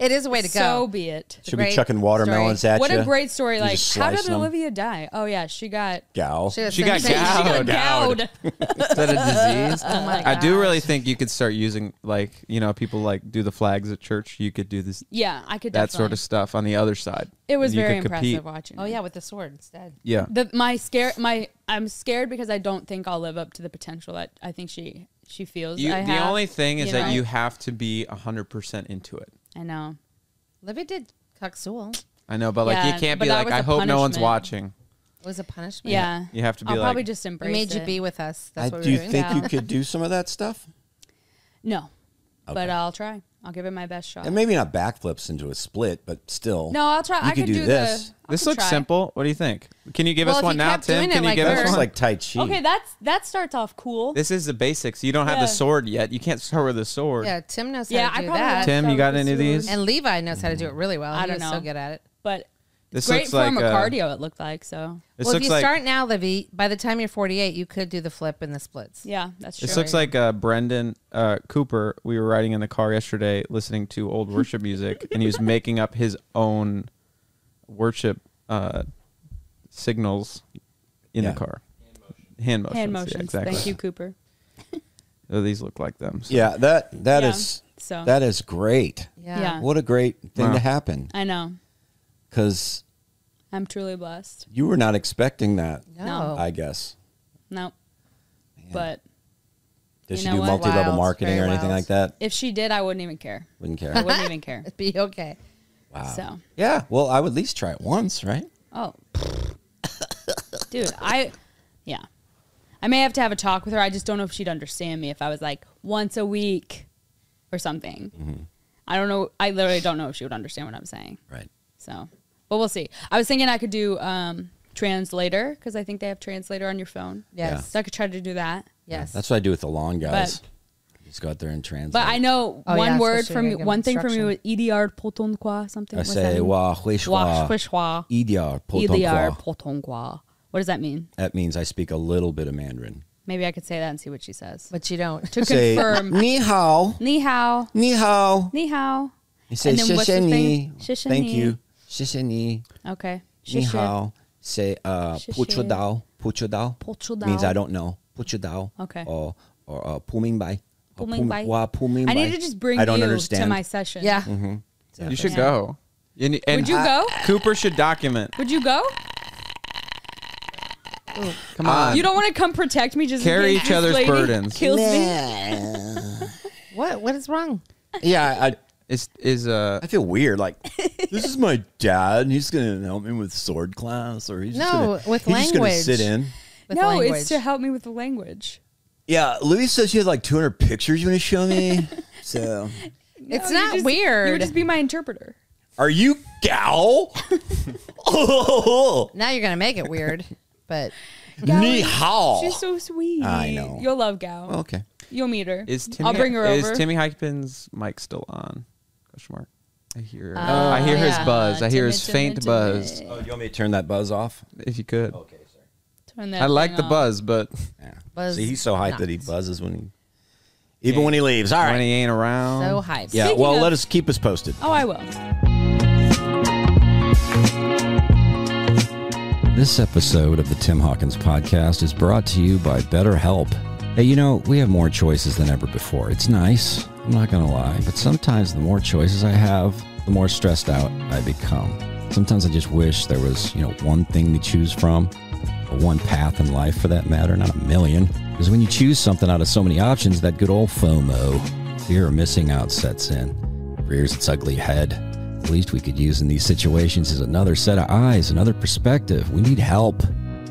S5: It is a way to go.
S4: So be it.
S5: It's a
S1: Should be
S5: great
S1: chucking watermelons
S5: story.
S1: at
S4: What
S1: you.
S4: a great story!
S1: You
S4: Like,
S1: just
S4: how did
S1: slice 'em.
S4: Olivia die? Oh yeah, she got
S1: gal?
S5: She,
S2: She got
S4: she got
S2: gouged.
S4: gouged.
S2: Is
S4: Oh
S2: that a disease?
S4: my
S2: I do really think you could start using like you know people like do the flags at church. You could do this
S4: Yeah, I could.
S2: that
S4: definitely.
S2: sort of stuff on the other side.
S4: It was
S2: You
S4: very
S2: could
S4: impressive
S2: compete.
S4: watching.
S5: Oh yeah, with the sword instead.
S2: Yeah,
S4: The, my scare my I'm scared because I don't think I'll live up to the potential that I think she she feels.
S2: You,
S4: I
S2: the
S4: have,
S2: only thing is that
S4: know?
S2: you have to be hundred percent into it.
S4: I know.
S5: Livy did cuck Sewell.
S2: I know, but like
S4: Yeah,
S2: you can't
S4: but
S2: be
S4: that
S2: like
S4: was
S2: I
S4: a
S2: hope no one's
S4: punishment.
S2: watching.
S5: It was a punishment.
S4: Yeah.
S2: You have to be
S4: I'll
S2: like-
S4: probably just
S5: We
S4: embrace.
S5: made you
S4: it.
S5: be with us.
S1: I,
S5: That's what
S1: do
S5: we
S1: you
S5: were doing.
S1: think you
S4: Yeah.
S1: could do some of that stuff?
S4: No, but I'll try. I'll give it my best shot.
S1: And maybe not backflips into a split, but still.
S4: no, I'll try.
S1: You
S4: I
S1: could
S4: could
S1: do
S4: do
S1: this.
S4: The, I
S2: This
S4: could
S2: looks
S4: try.
S2: simple. What do you think? Can you give
S5: Well,
S2: us
S5: if
S2: one
S5: you
S2: now,
S5: kept
S2: Tim?
S5: doing
S2: Can
S5: it
S2: you
S5: like
S2: give
S1: That
S5: her-
S2: us
S1: looks
S2: one?
S1: like Tai Chi.
S4: Okay, that's that starts off cool.
S2: this is the basics. You don't have the
S4: Yeah.
S2: sword yet. You can't start with a sword.
S5: Yeah, Tim knows
S4: yeah,
S5: how
S4: I
S5: to do
S4: probably
S5: that.
S2: Tim,
S4: won't
S2: you got
S4: start with
S2: any of
S4: the
S2: these?
S4: sword,
S5: And Levi knows how to do it really well.
S4: I
S5: He
S4: don't
S5: was
S4: know.
S5: so good at it.
S4: But
S2: This
S4: great
S2: looks
S4: form
S2: like,
S4: of
S2: uh,
S4: cardio. It looked like so.
S2: This
S5: well, if
S2: looks
S5: you
S2: like
S5: start now, Livy, by the time you're 48, you could do the flip and the splits.
S4: Yeah, that's true.
S2: This looks like uh, Brendan uh, Cooper. We were riding in the car yesterday, listening to old worship music, and he was making up his own worship uh, signals in
S1: Yeah.
S2: the car. Hand motions.
S4: hand
S2: yeah,
S4: motions.
S2: exactly.
S4: Thank you, Cooper.
S2: Oh, these look like them. so-
S1: Yeah, that that is
S4: Yeah, so.
S1: that is great.
S5: Yeah.
S4: Yeah.
S1: What a great thing
S2: Wow.
S1: to happen
S4: I know.
S1: because
S4: I'm truly blessed.
S1: you were not expecting that.
S5: No.
S1: I guess.
S4: No, but
S1: Did
S4: You
S1: she
S4: know
S1: do
S4: what?
S1: multi-level
S5: Wild,
S1: marketing or
S5: very
S1: anything
S5: wild.
S1: like that?
S4: if she did, I wouldn't even care.
S1: Wouldn't
S4: I
S1: care.
S4: wouldn't even care.
S5: It'd be okay.
S1: wow.
S4: So,
S1: Yeah. Well, I would at least try it once, right?
S4: oh, dude, I, yeah, I may have to have a talk with her. I just don't know if she'd understand me if I was like once a week or something.
S1: Mm-hmm.
S4: I don't know. I literally don't know if she would understand what I'm saying.
S1: Right.
S4: So, but we'll see. I was thinking I could do um, translator because I think they have translator on your phone.
S5: Yes.
S4: So I could try to do that.
S5: Yes.
S1: That's what I do with the long guys. just go out there and translate.
S4: But I know
S5: Oh,
S4: one
S5: yeah,
S4: word
S5: especially
S4: from
S5: when
S4: you,
S5: you give
S4: one thing from you was
S5: instruction.
S4: EDR Potonqua something.
S1: I
S4: What's
S1: say
S4: that mean?
S1: wa
S4: Wa
S1: huishwa
S4: shwishwa.
S1: idiar
S4: EDR
S1: potonkwa.
S4: Potonqua. What does that mean?
S1: That means I speak a little bit of Mandarin.
S4: Maybe I could say that and see what she says.
S5: But you don't.
S4: To
S1: Say
S4: confirm,
S1: ni hao,
S4: ni hao,
S1: ni hao.
S4: ni hao.
S1: You say
S4: And then what's the
S1: "谢谢你."
S4: thing? "谢谢
S1: Thank
S4: 你."
S1: you. 谢谢你.
S4: Okay.
S1: Ni hao. Say uh,
S4: 谢谢
S1: pucho dao. Pucho dao.
S4: 不知道.
S1: means I don't know. Pucho dao.
S4: Okay.
S1: Or or uh, pu ming bai. Or
S4: 不明白.
S1: Wa pu ming bai.
S4: I need to just bring
S1: I don't
S4: you
S1: understand.
S4: to my session.
S5: Yeah.
S2: You should
S4: Yeah.
S2: go. And, and
S4: Would you go?
S2: Cooper should document.
S4: Would you go?
S2: Come on.
S4: You don't want to come protect me just in
S2: Carry
S4: case
S2: each
S4: this
S2: other's
S4: lady
S2: burdens.
S4: Kills me.
S5: What? What is wrong?
S1: yeah, I
S2: is is uh
S1: I feel weird. Like this is my dad, and he's gonna help me with sword class, or he's just
S5: No,
S1: gonna,
S5: with
S1: he's just gonna
S5: language.
S1: sit in.
S5: With
S4: no,
S5: language.
S4: it's to help me with the language.
S1: Yeah, Louise says she has like 200 pictures you want to show me. so,
S5: It's
S4: No, you
S5: not
S4: just- You
S5: weird.
S4: would just be my interpreter.
S1: are you gal? oh,
S5: now you're gonna make it weird. But
S1: ni hao.
S4: She's so sweet.
S1: I know.
S4: You'll love Gal.
S1: okay.
S4: You'll meet her.
S2: is Timmy
S4: I'll bring her
S2: is
S4: over.
S2: Timmy Hypen's mic still on? Question mark. I hear I hear his buzz. I hear his
S4: Timmy,
S2: faint
S4: Timmy,
S2: buzz.
S4: Timmy.
S1: Oh, you want me to turn that buzz off?
S2: If you could.
S1: Okay, sorry.
S4: Turn that
S2: I like
S4: thing
S2: the
S4: off.
S2: buzz, but
S1: Yeah.
S5: Buzz
S1: See, he's so hyped that he buzzes when he, even
S2: Yeah.
S1: when he leaves. All
S2: when he
S1: right.
S2: ain't around.
S5: so hyped.
S1: Yeah.
S4: Speaking
S1: Well,
S4: of-
S1: let us keep us posted.
S4: Oh, I will.
S1: This episode of the Tim Hawkins podcast is brought to you by BetterHelp. Hey, you know, we have more choices than ever before. It's nice, I'm not going to lie, but sometimes the more choices I have, the more stressed out I become. Sometimes I just wish there was, you know, one thing to choose from, or one path in life for that matter, not a million. Because when you choose something out of so many options, that good old FOMO, fear of missing out, sets in rears its ugly head. The least we could use in these situations is another set of eyes, another perspective. We need help.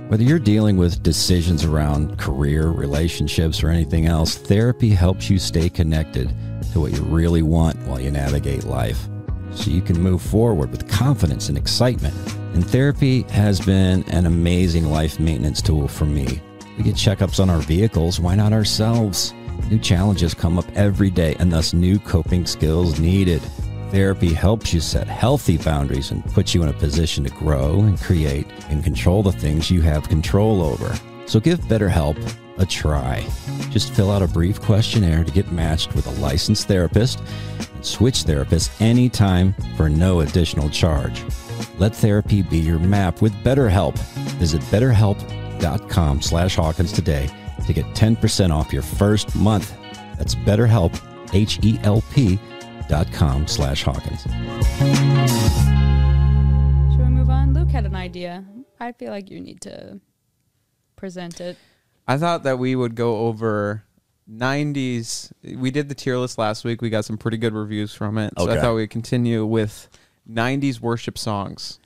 S1: Whether you're dealing with decisions around career, relationships, or anything else, therapy helps you stay connected to what you really want while you navigate life so you can move forward with confidence and excitement. And therapy has been an amazing life maintenance tool for me. We get checkups on our vehicles, why not ourselves? New challenges come up every day, and thus new coping skills needed. Therapy helps you set healthy boundaries and puts you in a position to grow and create and control the things you have control over. So give BetterHelp a try. Just fill out a brief questionnaire to get matched with a licensed therapist and switch therapists anytime for no additional charge. Let therapy be your map with BetterHelp. Visit betterhelp.com slash Hawkins today to get 10% off your first month. That's betterhelp, H-E-L-P dot com slash Hawkins.
S4: Should we move on? Luke had an idea. I feel like you need to present it.
S2: I thought that we would go over 90s. We did the tier list last week. We got some pretty good reviews from it. So
S1: Okay.
S2: I thought we'd continue with 90s worship songs.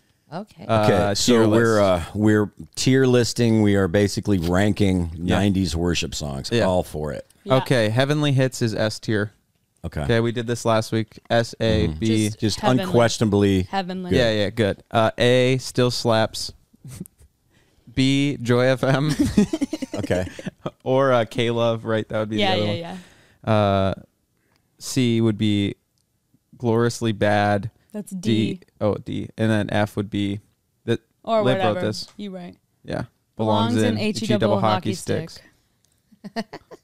S1: Okay,
S5: Okay.
S2: uh, tier
S1: so we're
S2: list.
S1: uh, we're tier listing. We are basically ranking
S2: Yeah.
S1: '90s worship songs.
S2: Yeah.
S1: All for it.
S4: Yeah.
S2: Okay, Heavenly Hits is S tier.
S1: Okay, Mm-hmm.
S2: Okay, we did this last week. S A B.
S4: Just-
S1: just
S4: Heavenly.
S1: unquestionably.
S4: Heavenly.
S2: Yeah, yeah, good. Uh, A still slaps. B Joy FM
S1: Okay,
S2: or uh, K Love, right? That would be
S4: Yeah,
S2: the other
S4: yeah,
S2: one.
S4: yeah.
S2: Uh, C would be gloriously bad.
S4: That's D.
S2: Oh, D. And then F would be that.
S4: Or
S2: Liv
S4: whatever.
S2: wrote this.
S4: You right.
S2: Yeah.
S4: H-E E
S2: E
S4: double hockey stick.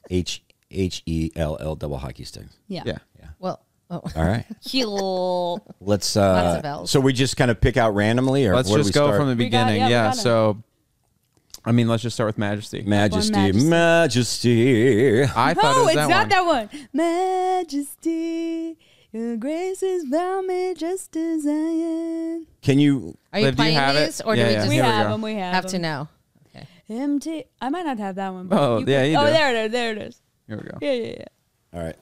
S1: H H E L L double hockey stick.
S4: Yeah.
S2: Yeah.
S5: well, oh.
S1: All right,
S5: Heel.
S1: let's.
S5: Lots
S1: Uh,
S5: of L's.
S1: so we just kind of pick out randomly, or
S2: Let's
S1: where do
S2: just
S1: we
S2: go
S1: start?
S2: from the
S4: We got-
S2: beginning.
S4: yeah, we
S2: yeah.
S4: got 'em.
S2: So, I mean, let's just start with Majesty.
S1: Majesty,
S4: Majesty.
S1: Majesty.
S2: I thought it
S4: oh,
S2: was
S4: it's
S2: that
S4: not
S2: one.
S4: that one. Majesty, your grace is found me just as I am.
S1: Can you?
S5: Are you
S2: Liv, do you
S5: playing
S2: have it?
S5: these or
S2: Yeah,
S5: do we
S2: yeah.
S5: just
S4: We
S2: Here we
S4: have
S2: go.
S4: them. We have
S5: have to
S4: them.
S5: know? Okay.
S4: Empty. I might not have that one. But
S2: Oh,
S4: you
S2: yeah,
S4: could-
S2: you
S4: oh,
S2: do.
S4: there it is. There it is.
S2: Here we go.
S4: Yeah, yeah, yeah.
S1: All right.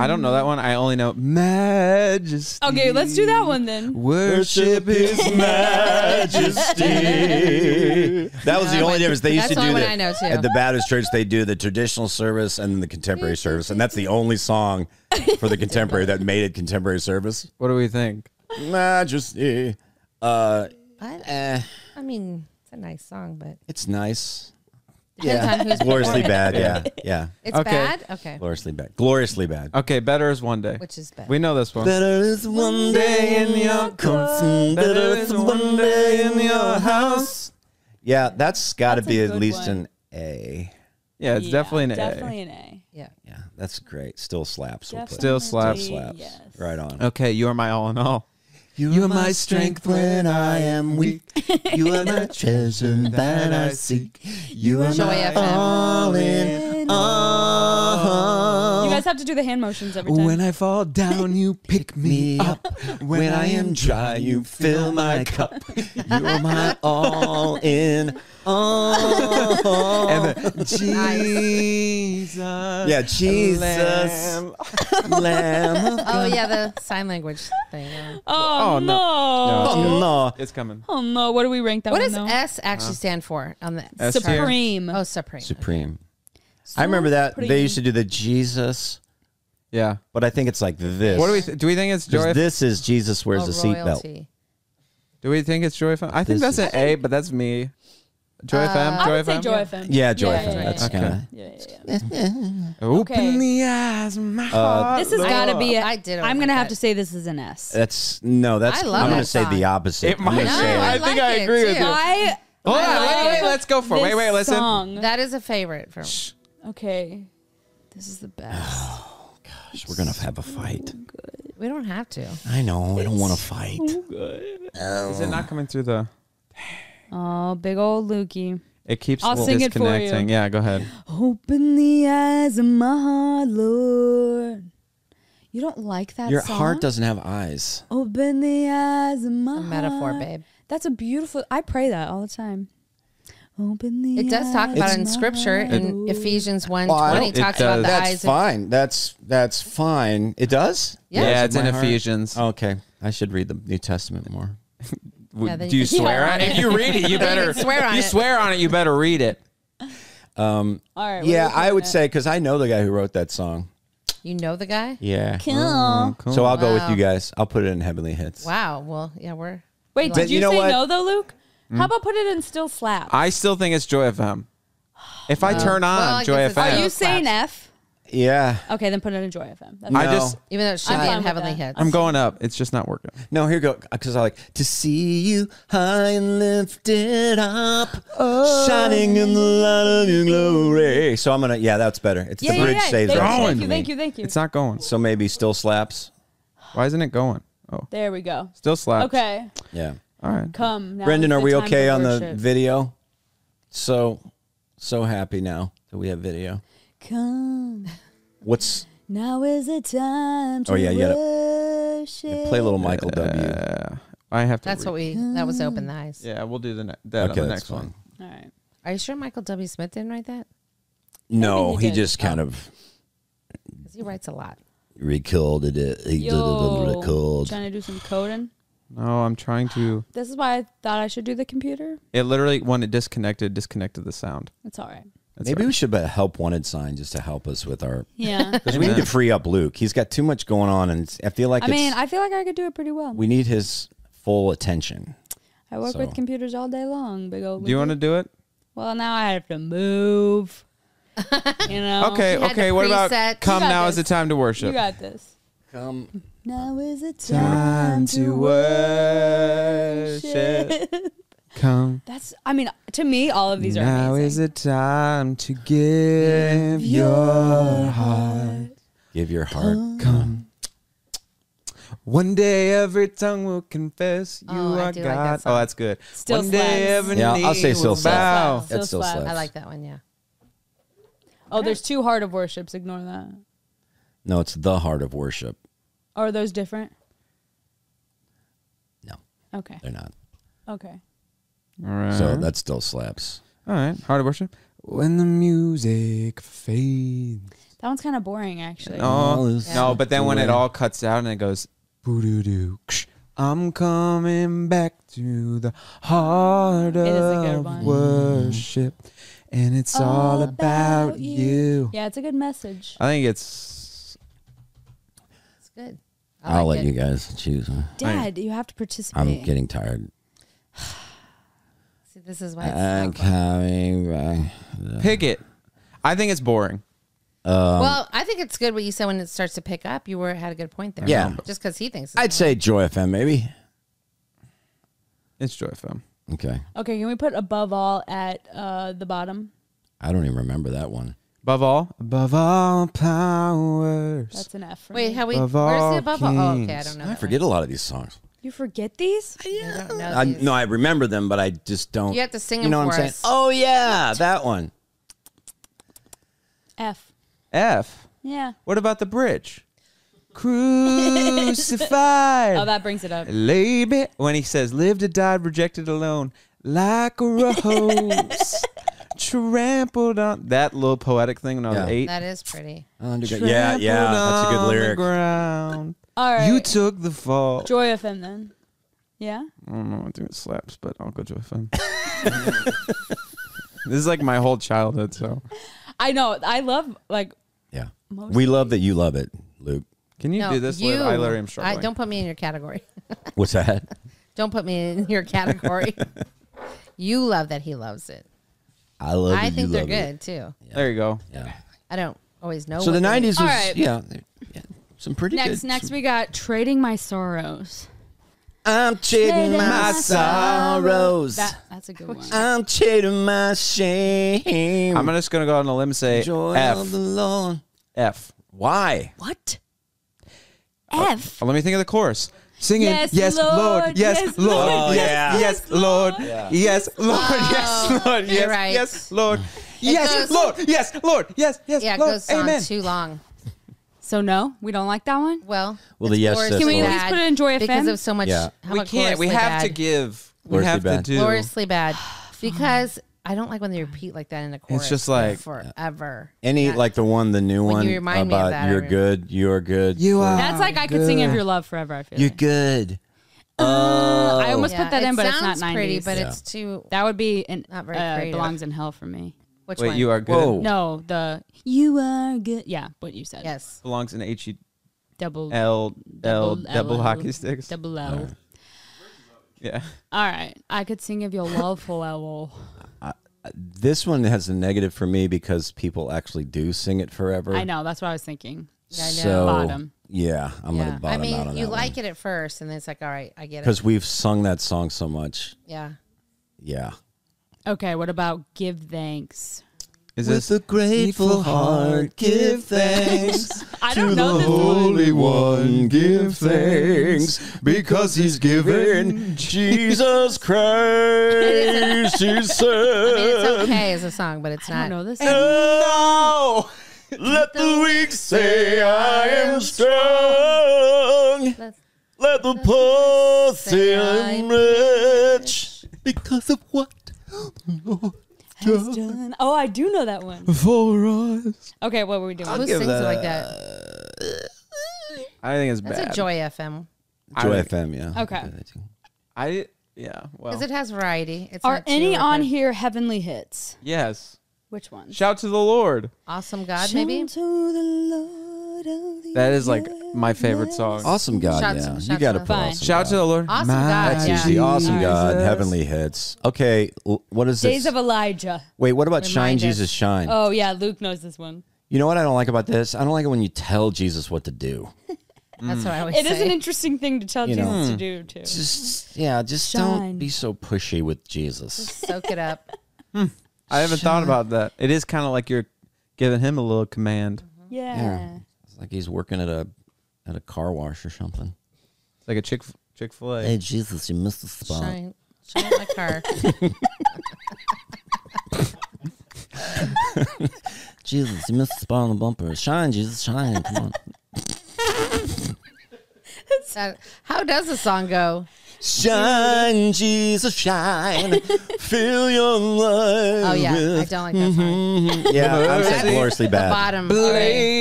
S2: I don't know that one. I only know Majesty.
S4: Okay, let's do that one then.
S2: Worship is
S1: Majesty. That was the only difference. They used to
S5: That's the
S1: do
S5: only
S1: that
S5: one I know, too.
S1: at the Baptist church. They do the traditional service and the contemporary service, and that's the only song for the contemporary that made it contemporary service.
S2: What do we think?
S1: Majesty. Uh,
S5: But,
S1: eh,
S5: I mean, it's a nice song, but
S1: it's nice.
S5: depends on who's
S1: Gloriously
S5: performing it.
S1: bad. Yeah, yeah.
S5: It's
S2: Okay.
S5: bad? Okay.
S1: Gloriously bad. Gloriously bad.
S2: Okay, better is one day.
S5: Which is bad.
S2: we know this one.
S1: Better is one day in your courts, and better is one day in your house. Yeah, that's got to
S4: That's a
S1: be at
S4: good
S1: least
S4: one.
S1: an A.
S2: Yeah, it's
S4: Yeah,
S2: definitely an
S4: Definitely an A.
S5: yeah.
S1: Yeah, that's great. Still slaps. We'll put-
S4: Definitely
S2: Still slaps.
S1: slaps.
S4: Yes.
S1: Right on.
S2: A. Okay, you are my all in all.
S1: You are my strength when I am weak. You are my treasure that I seek. You are
S5: Joy
S1: my
S5: FM. Oh,
S1: all in all.
S4: You guys have to do the hand motions every time.
S2: When I fall down, you pick me up.
S1: When I am dry, you fill my cup. You are my all in Oh. all.
S2: Jesus.
S1: yeah, Jesus,
S2: Lamb.
S1: lamb. lamb.
S5: Oh, yeah, the sign language thing. yeah.
S4: oh,
S2: Oh, no.
S4: no.
S2: No.
S1: Oh no.
S2: It's coming.
S4: Oh no. What do we rank that
S5: What
S4: one
S5: does
S4: though?
S5: S actually stand for on the
S2: S tier.
S5: chart?
S4: Supreme.
S5: Oh, Supreme.
S1: Supreme. I remember that they used to do the Jesus,
S2: Yeah.
S1: but I think it's like this.
S2: What do we th- do? We think it's
S1: 'Cause
S2: joy.
S1: this is Jesus wears
S5: Oh,
S1: a seatbelt.
S5: royalty.
S2: do we think it's joy? FM? I think
S1: This
S2: that's an A, but that's me. Joy FM.
S4: Uh, I
S2: Joy
S4: would say
S2: FM.
S4: Joy FM.
S1: Yeah, Joy
S4: yeah,
S1: FM.
S4: yeah,
S1: That's
S4: yeah,
S1: kind of.
S4: yeah, yeah, yeah.
S2: Open
S4: Okay.
S2: the eyes, of
S1: Uh,
S2: my heart.
S4: This has
S2: Lord.
S4: got to be. A,
S5: I did
S4: I'm gonna
S5: like
S4: have
S5: that.
S4: to say this is an S.
S1: That's no. That's I
S5: I love
S1: am going
S5: that
S1: to say
S5: song.
S1: the opposite.
S2: It
S1: I'm gonna
S2: might.
S1: say
S5: No,
S2: I,
S5: I
S2: think
S5: like
S2: I
S5: it
S2: agree with
S5: too.
S2: you.
S4: I
S2: Hold on,
S5: I
S2: wait,
S5: like
S2: wait,
S5: it.
S2: let's go for it. Wait,
S4: this
S2: wait, listen.
S4: song.
S5: That is a favorite for me.
S4: okay.
S5: This is the best.
S1: We're gonna have a fight.
S5: We don't have to.
S1: I know. I don't want to fight.
S2: Is it not coming through the?
S4: Oh, big old Lukey.
S2: It keeps
S4: I'll sing it for you.
S2: disconnecting. Yeah, go ahead.
S4: Open the eyes of my heart, Lord. You don't like that
S1: Your
S4: song?
S1: heart doesn't have eyes.
S4: Open the eyes of my
S5: A metaphor,
S4: heart.
S5: babe.
S4: That's a beautiful. I pray that all the time. Open the.
S5: It does talk
S4: eyes
S5: about it
S4: of
S5: in
S4: my
S5: scripture
S4: heart,
S5: in
S4: Lord.
S5: Ephesians 1
S1: Well, I don't-
S5: 20
S2: It
S5: talks
S2: does.
S5: about the
S2: That's
S5: eyes of
S1: fine. That's that's fine. It does.
S5: Yeah.
S2: Yeah,
S5: Yeah,
S2: it's in
S1: my heart. Oh.
S2: Ephesians.
S1: Okay, I should read the New Testament more.
S5: Yeah, they-
S2: do you
S5: Yeah.
S2: swear on it? If you read it, you better
S5: swear on
S2: You
S5: it.
S2: swear on it. You better read it.
S4: All right. what
S1: Yeah,
S4: are we
S1: I would
S4: looking
S1: say because I know the guy who wrote that song.
S5: You know the guy?
S1: Yeah.
S4: at?
S2: Mm.
S4: Cool.
S1: So I'll go with
S5: Wow.
S1: you guys. I'll put it in Heavenly Hits.
S5: Wow. Well, yeah, we're
S4: Wait,
S1: But
S4: did you,
S1: you know
S4: say
S1: what?
S4: no though, Luke?
S9: Hmm?
S4: How about put it in still slap?
S2: I still think it's Joy FM. If I turn on
S4: Uh,
S5: Well, I
S2: Joy FM,
S5: guess it's-
S4: Are
S5: Still
S4: you saying F?
S9: Yeah.
S4: Okay, then put it in Joy FM. That's
S9: No.
S2: I just
S5: Even though it should
S4: I'm
S5: be
S4: fine
S5: in
S4: with
S5: Heavenly
S4: that.
S5: Hits.
S2: I'm going up. It's just not working.
S9: No, here go because I like to see you high and lifted up,
S4: Oh,
S9: shining in the light of your glory. So I'm gonna, yeah, that's better. It's
S4: yeah,
S9: the bridge
S4: yeah, yeah.
S9: saves
S4: thank,
S9: our
S4: you,
S9: song
S4: thank
S9: for
S4: you,
S9: me.
S4: thank you, thank you.
S2: It's not going.
S9: So maybe still slaps.
S2: Why isn't it going? Oh,
S4: There we go.
S2: still slaps.
S4: Okay,
S9: Yeah,
S2: All right.
S4: come. Now
S9: Brendan,
S4: is
S9: are
S4: the
S9: we
S4: time
S9: okay
S4: for
S9: on the
S4: worship.
S9: video? So, so happy now that we have video.
S4: Come.
S9: What's
S4: Now is the time to
S9: Oh, yeah, you gotta-
S4: worship.
S9: play a little Michael W.
S2: I have to.
S5: That's
S2: re-
S5: what we. That was open the eyes.
S2: Yeah, we'll do the, ne- that
S9: Okay,
S2: on the next
S9: that's
S2: one.
S9: fine.
S4: All right.
S5: Are you sure Michael W. Smith didn't write that?
S9: No,
S4: think
S9: he
S4: he did.
S9: just kind of
S5: 'Cause he writes a lot.
S9: recorded Oh. it. He did it and
S4: Yo,
S9: recalled.
S4: trying to do some coding.
S2: No, I'm trying to.
S4: This is why I thought I should do the computer.
S2: It literally when it disconnected, disconnected the sound.
S4: That's all right.
S2: That's
S9: Maybe
S2: right.
S9: we should put a help wanted sign just to help us with our
S4: Yeah.
S9: Because we need to free up Luke. He's got too much going on, and it's- I feel like
S4: I
S9: it's,
S4: mean, I feel like I could do it pretty well.
S9: we need his full attention.
S4: I work
S9: so-
S4: with computers all day long. Big old.
S2: Do you want to do it?
S4: Well, now I have to move. you know.
S2: Okay,
S5: had
S2: okay.
S5: the
S2: What
S5: presets.
S2: about come
S4: You got
S2: now is the
S4: this.
S2: time to
S4: You
S2: worship?
S4: got this.
S9: Come,
S4: Now is the
S2: time to worship. Come.
S4: That's. I mean, to me, all of these are
S2: Now
S4: amazing.
S2: is the time to give your heart.
S9: give your heart.
S2: Come. One day every tongue will confess you
S5: Oh, I
S2: are
S5: do
S2: God.
S5: like that
S2: oh,
S5: song.
S2: that's good.
S4: Still
S2: One
S4: slaps.
S2: day every
S9: Yeah,
S2: knee
S9: I'll say still
S2: will
S9: slaps.
S2: bow.
S4: Still
S9: That's still
S4: slaps.
S9: slaps.
S5: I like that one. Yeah.
S4: Oh, there's two heart of worships. Ignore that. Oh,
S9: No, it's the heart of worship.
S4: Are those different?
S9: No,
S4: Okay.
S9: they're not.
S4: Okay.
S2: All right.
S9: So that still slaps.
S2: All right. Heart of worship. When the music fades.
S4: That one's kind of boring, actually.
S9: All
S2: Oh,
S9: is
S2: no, but then when it
S9: away.
S2: all cuts out and it goes, "Boo-doo-doo, ksh, I'm coming back to the heart
S4: It is a good
S2: of
S4: one.
S2: Mm-hmm. worship, and it's
S4: Oh.
S2: all about you.
S4: Yeah, it's a good message.
S2: I think it's.
S5: It's good.
S9: I'll
S5: like
S9: let
S5: it.
S9: you guys choose.
S4: Dad, you have to participate.
S9: I'm getting tired.
S5: See, this is why. It's
S9: I'm
S5: not fun.
S9: coming back.
S2: Pick it. I think it's boring.
S5: well, I think it's good what you said when it starts to pick up. You were had a good point there.
S9: Yeah.
S5: Just because he thinks. It's
S9: I'd say Joy FM, maybe.
S2: It's Joy FM.
S9: Okay,
S4: Okay, can we put above all at uh, the bottom?
S9: I don't even remember that one.
S2: Above all, above all powers.
S4: That's an F. For
S5: Wait,
S4: me.
S5: how we?
S2: Above
S5: where's
S2: all
S5: the above? all- Oh, okay. I
S2: kings.
S5: don't know.
S9: I
S5: that
S9: forget a lot of these songs.
S4: you forget these?
S5: one. I don't know
S9: I,
S5: these.
S9: no, I remember them, but I just don't.
S5: You have to sing
S9: You
S5: them
S9: know
S5: for
S9: what I'm saying?
S5: us.
S9: Oh yeah, that one.
S4: F.
S2: F.
S4: Yeah.
S2: What about the bridge? Crucified.
S4: Oh, that brings it up.
S2: Baby, when he says lived or died rejected alone like a rose trampled on that little poetic thing when i was
S9: Yeah.
S2: eight
S5: That is pretty.
S9: Yeah, yeah, that's a good
S2: Trampled on the
S9: lyric.
S2: ground.
S4: All right.
S2: you took the fall
S4: Joy FM then. Yeah?
S2: i don't know i think it slaps but i'll go joy fm this is like my whole childhood so
S4: I know. I love, like,
S9: Yeah. We love that you love it, Luke.
S2: can you
S5: No,
S2: do this
S5: you.
S2: Liv? i literally am
S5: I,
S2: struggling
S5: don't put me in your category.
S9: What's that?
S5: don't put me in your category. you love that he loves it.
S9: I love
S5: I
S9: that
S5: think
S9: you
S5: they're
S9: love
S5: good
S9: it.
S5: too.
S2: there you go
S9: Yeah.
S5: I don't always know.
S9: So the
S5: what they-
S9: '90s was
S4: All right.
S9: yeah, they- yeah, some pretty
S4: Next,
S9: good.
S4: next we got Trading My Sorrows.
S9: I'm cheating my sorrows.
S4: That, that's a good one.
S9: I'm cheating my shame.
S2: i'm just gonna go on a limb and say
S9: joy of
S2: f
S9: the Lord.
S2: f
S9: Why?
S4: What? F.
S2: Oh, let me think of the chorus. Singing,
S4: Yes,
S2: yes, Lord,
S4: Lord,
S2: yes,
S4: yes,
S2: Lord,
S9: Lord,
S2: yes,
S9: Oh, yeah.
S2: yes, Lord, yes, Lord, yes, Lord, yes,
S5: You're right.
S2: yes, Lord, yes,
S5: goes-
S2: Lord, yes, Lord, yes, yes,
S5: Yeah, it
S2: Lord,
S5: goes on
S2: amen.
S5: too long.
S4: So, no, we don't like that one?
S5: Well,
S9: Well, the
S5: it's
S9: yes
S5: gloriously
S9: says Can we
S4: at least
S5: bad
S4: put it in Joy
S5: because
S4: FM?
S5: of so much?
S9: Yeah.
S5: How
S2: we
S5: about
S2: can't. We
S5: gloriously
S2: have to
S5: bad?
S2: give. We
S9: Gloriously
S2: have to
S9: bad.
S2: do.
S5: gloriously bad
S4: Oh,
S5: because I don't like when they repeat like that in a chorus.
S2: just
S5: for
S2: like-
S5: forever.
S9: Any
S5: Yeah.
S9: like the one, the new
S5: When
S9: one
S5: you remind me of
S9: about
S5: that, I
S9: you're
S5: remember.
S9: good, you're good,
S2: You are.
S4: That's like I could sing Of Your Love Forever, I feel
S9: you're
S4: like.
S9: good.
S4: I almost
S5: Yeah,
S4: put that
S5: it
S4: in, but it's not
S5: sounds
S4: 90s.
S5: pretty, but
S9: Yeah.
S5: it's too.
S4: that would be an,
S5: Not very
S4: uh,
S5: creative.
S4: belongs in hell for me.
S5: Which
S2: Wait,
S5: one?
S2: you are good.
S9: Whoa.
S4: No, the you are good. Yeah, what you said.
S5: Yes.
S2: Belongs in H E L
S4: Double
S2: L
S4: Double L,
S2: double hockey sticks.
S4: Double L.
S2: Yeah.
S4: All right, I could sing if you love for L.
S9: This one has a negative for me because people actually do sing it forever.
S4: I know. That's what I was thinking.
S5: I know.
S9: So,
S4: Bottom.
S9: Yeah, I'm
S5: Yeah.
S9: gonna
S5: I
S9: bottom out
S5: mean,
S9: on
S5: you
S9: that
S5: like it at first, and then it's like, all right, I get it.
S9: because we've sung that song so much.
S5: Yeah.
S9: Yeah.
S4: Okay, what about give thanks?
S2: Is this
S9: a grateful heart, give thanks.
S4: I don't know this one.
S9: One, give thanks because he's given Jesus Christ. He
S5: I mean, it's
S9: said,
S5: okay as a song, but it's
S4: I don't
S5: not.
S4: know this one.
S9: "Now let the weak say I am strong. Let the poor say I'm rich because of what
S4: Done. Oh, I do know that one.
S2: for us?
S4: Okay, what were we doing?
S5: Who sings it like that?
S2: I think it's
S5: That's
S2: bad.
S5: a Joy FM
S2: I
S9: Joy
S2: don't-
S9: FM, yeah.
S4: Okay.
S2: I yeah. Well,
S5: because it has variety. It's
S4: Are
S5: not too
S4: any on
S5: repetitive.
S4: here heavenly hits?
S2: yes.
S4: Which one?
S2: Shout to the Lord.
S5: Awesome God, maybe.
S4: to the Lord of the
S2: That is like my favorite song.
S9: Awesome God,
S5: Shots-
S9: Oh, yeah. you
S5: shots
S9: got to
S5: on-
S9: put
S4: Fine.
S9: awesome
S2: Shout
S9: God.
S2: to the Lord.
S5: Awesome God,
S9: That's
S5: yeah.
S9: usually awesome
S4: Alright.
S9: God,
S2: Jesus.
S9: heavenly hits. Okay, l- what is this?
S4: Days of Elijah.
S9: Wait, what about Shine
S5: Remind us.
S9: Jesus Shine?
S4: Oh yeah, Luke knows this one.
S9: You know what I don't like about this? I don't like it when you tell Jesus what to do.
S5: That's what I always
S4: It
S5: say. Hmm.
S4: is an interesting thing to tell
S9: You know.
S4: Jesus to do too.
S9: Just yeah, just
S4: Shine.
S9: don't be so pushy with Jesus.
S5: Soak it up.
S2: I haven't thought about that. It is kind of like you're giving him a little command.
S4: Yeah.
S9: Yeah. It's like he's working at a at a car wash or something.
S2: It's like a Chick Chick Fil A.
S9: Hey Jesus, you missed the spot.
S5: Shine, shine like her.
S9: Jesus, you missed the spot on the bumper. Shine, Jesus, shine. Come on.
S5: That- How does the song go?
S9: Shine, Jesus, shine. Fill your life. Mm-hmm.
S5: Oh yeah, I don't like that song.
S9: Yeah, I'm
S2: That's
S9: saying gloriously bad.
S5: Bottom. already.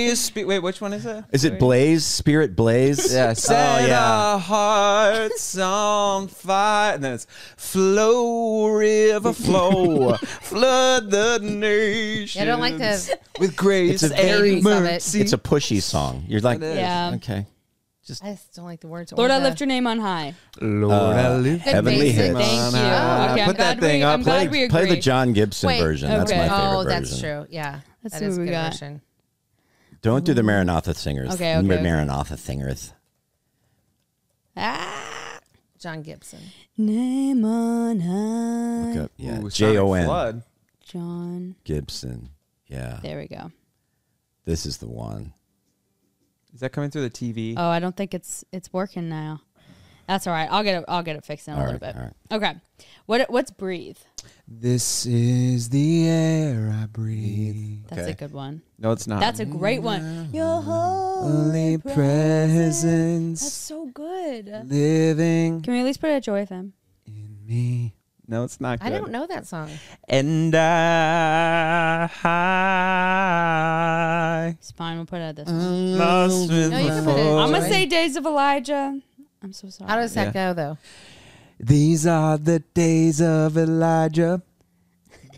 S2: Blaze. spe- Wait, which one is it?
S9: Is it Blaze? Spirit Blaze? Oh,
S2: Yeah, set
S9: yeah.
S2: our hearts on fire. And then it's flow, river, flow, flood the nation.
S5: I don't like the.
S2: With grace
S9: It's a very-
S2: and
S5: Love it.
S2: mercy.
S9: It's a pushy song. You're like,
S2: is.
S4: Yeah.
S9: okay.
S5: I just don't like the words.
S4: Lord,
S5: or
S4: I
S5: the-
S4: lift your name on high.
S2: Lord, I lift
S5: Good
S9: Heavenly
S5: basic.
S9: hits.
S4: Thank you.
S2: Ah,
S4: okay, I'm
S2: put that
S4: glad
S2: thing
S4: we,
S2: up.
S4: I'm glad we
S9: Play,
S4: agree.
S9: play the John Gibson
S5: Wait,
S9: version. That's my
S4: okay.
S9: favorite
S5: Oh, that's
S9: version.
S5: true. Yeah,
S4: That's
S5: that
S4: what
S5: is
S4: we
S5: good
S4: got.
S5: version.
S9: Don't do the Maranatha singers.
S4: Okay, okay,
S9: Mar-
S4: okay.
S9: Maranatha singers.
S5: John Gibson.
S4: Name on high.
S9: Look up- Yeah.
S2: Ooh, Sonic
S9: J O N
S2: Flood.
S4: John.
S9: Gibson. Yeah.
S4: There we go.
S9: This is the one.
S2: Is that coming through the TV?
S4: Oh, I don't think it's it's working now. That's all right. I'll get it. I'll get it fixed in a
S9: All
S4: little
S9: right,
S4: bit. Okay. What what's breathe?
S2: This is the air I breathe.
S4: That's a
S9: Okay.
S4: good one.
S2: No, it's not.
S4: That's a great one. Your holy
S2: Holy presence
S4: That's so good.
S2: living
S4: Can we at least put it at Joy FM?
S2: in me. No, it's not.
S5: I
S2: good.
S5: don't know that song.
S2: And I
S4: It's fine. We'll put it at this.
S9: Uh,
S4: one.
S2: lost with
S5: No, you
S2: the
S5: can put it in
S4: I'm gonna
S5: Joy.
S4: say Days of Elijah. I'm so sorry.
S5: How does that go though?
S2: These are the days of Elijah,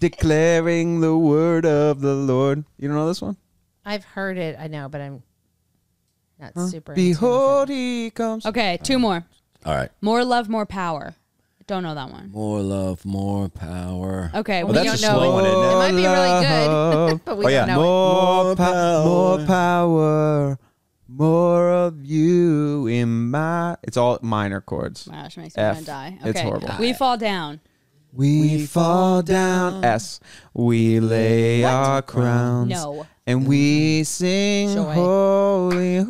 S2: declaring the word of the Lord. You don't know this one?
S5: I've heard it. I know, but I'm not super. in tune with it.
S2: Behold, he comes.
S4: okay,
S9: Uh,
S4: two more.
S9: All right.
S4: More love, more power. Don't know that one.
S9: More love, more power.
S4: Okay,
S9: Oh,
S4: we
S9: that's a
S4: don't know.
S9: slow one, isn't
S5: It
S9: it?
S5: might be really
S2: Love.
S5: good, but we
S9: Oh, yeah.
S5: don't know. it.
S2: More
S9: More
S2: power, more
S9: power.
S2: power, more of you in my. It's all minor chords.
S4: Wow, she makes me
S2: F.
S4: want to die.
S2: It's
S4: Okay,
S2: horrible.
S4: we fall down.
S2: We, fall down. S. We lay our crowns.
S4: No.
S2: And we sing
S5: Joy.
S2: holy,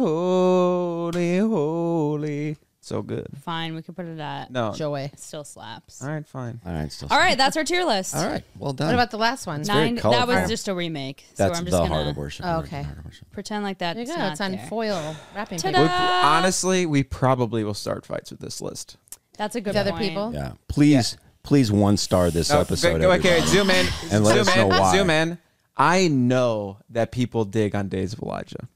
S2: holy, holy. So good.
S4: Fine, we can put it at.
S2: No.
S5: Joy.
S4: Still slaps.
S2: All right, fine.
S9: All right. Still
S4: All right, that's our tier list.
S9: All right. Well done.
S5: What about the last one?
S9: very
S4: Nine. That
S9: colorful.
S4: was just a remake. So
S9: that's
S4: I'm
S9: the
S4: just gonna
S9: heart of worship.
S5: Oh, okay.
S9: Heart of worship.
S4: pretend like that.
S5: There you go.
S4: not
S5: It's on
S4: there.
S5: foil wrapping
S4: Ta-da!
S5: paper.
S2: We, honestly, we probably will start fights with this list.
S4: That's a good.
S5: With other
S4: point.
S5: people.
S9: Yeah. Please, please one star this
S2: No,
S9: episode.
S2: go- Oh, okay,
S9: everybody.
S2: zoom in.
S9: And let
S2: zoom
S9: us
S2: in.
S9: know why.
S2: Zoom in. I know that people dig on Days of Elijah.
S5: Where do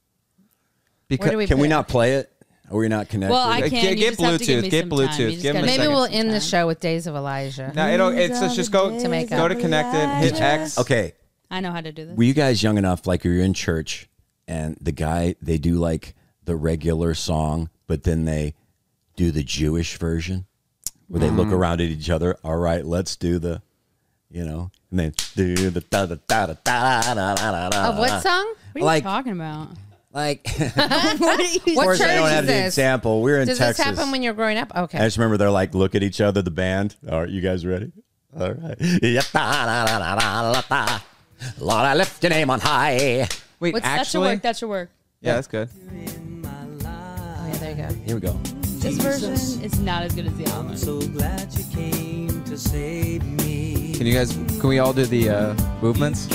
S2: Because
S5: we
S9: Can
S5: put
S9: we
S5: it?
S9: not play it? Are we not connected?
S4: Well, I
S2: Uh,
S4: can.
S2: get-
S4: Get,
S2: get
S4: you just Bluetooth. Have to give
S2: Bluetooth, get
S4: me some time.
S2: Bluetooth,
S4: You just
S2: give 'em a
S4: gotta-
S5: Maybe
S2: second.
S5: we'll end the show with Days of Elijah.
S2: no, it'll, it's let's just go
S5: To make
S2: go
S5: up.
S2: to connected, hit X.
S9: okay.
S4: I know how to do this.
S9: Were you guys young enough, like you're in church and the guy, they do like the regular song, but then they do the
S5: Mm.
S9: Jewish version where they look around at each other. All right, let's do the, you know, And then do the da da da da da da da da.
S5: Of what song?
S4: What are
S9: Like-
S4: you talking about?
S9: Like, of
S5: What
S9: course,
S5: church
S9: I don't
S5: is
S9: have the
S5: this?
S9: example. We're in
S5: Does this
S9: Texas.
S5: happen when you're growing up? Okay.
S9: I just remember they're like, look at each other, the band. All right, you guys ready? All right. Yep. Da, da, da, da, da, da, da. Lord, I lift your name on high.
S2: Wait,
S5: What's-
S4: That's your
S2: actually,
S4: work. That's your work.
S2: yeah, that's good.
S5: Oh, yeah, there you go.
S9: Here we go.
S4: This version is not as good as the other one.
S2: Can you guys? Can we all do the uh, movements?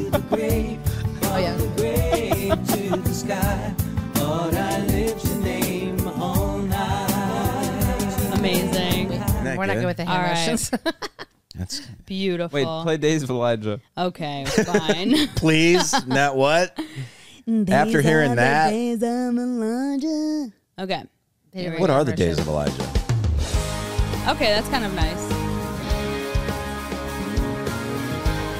S5: Oh, yeah.
S4: Amazing.
S9: that
S5: We're not
S9: good?
S5: good with the
S4: All
S5: hand
S4: right.
S5: motions.
S9: That's
S4: Beautiful.
S2: Wait, play Days of Elijah.
S4: Okay, fine.
S9: please, not what. After hearing that,
S4: okay.
S5: They
S9: what
S5: were
S9: are the
S5: version.
S9: days of Elijah?
S4: Okay, that's kind of nice.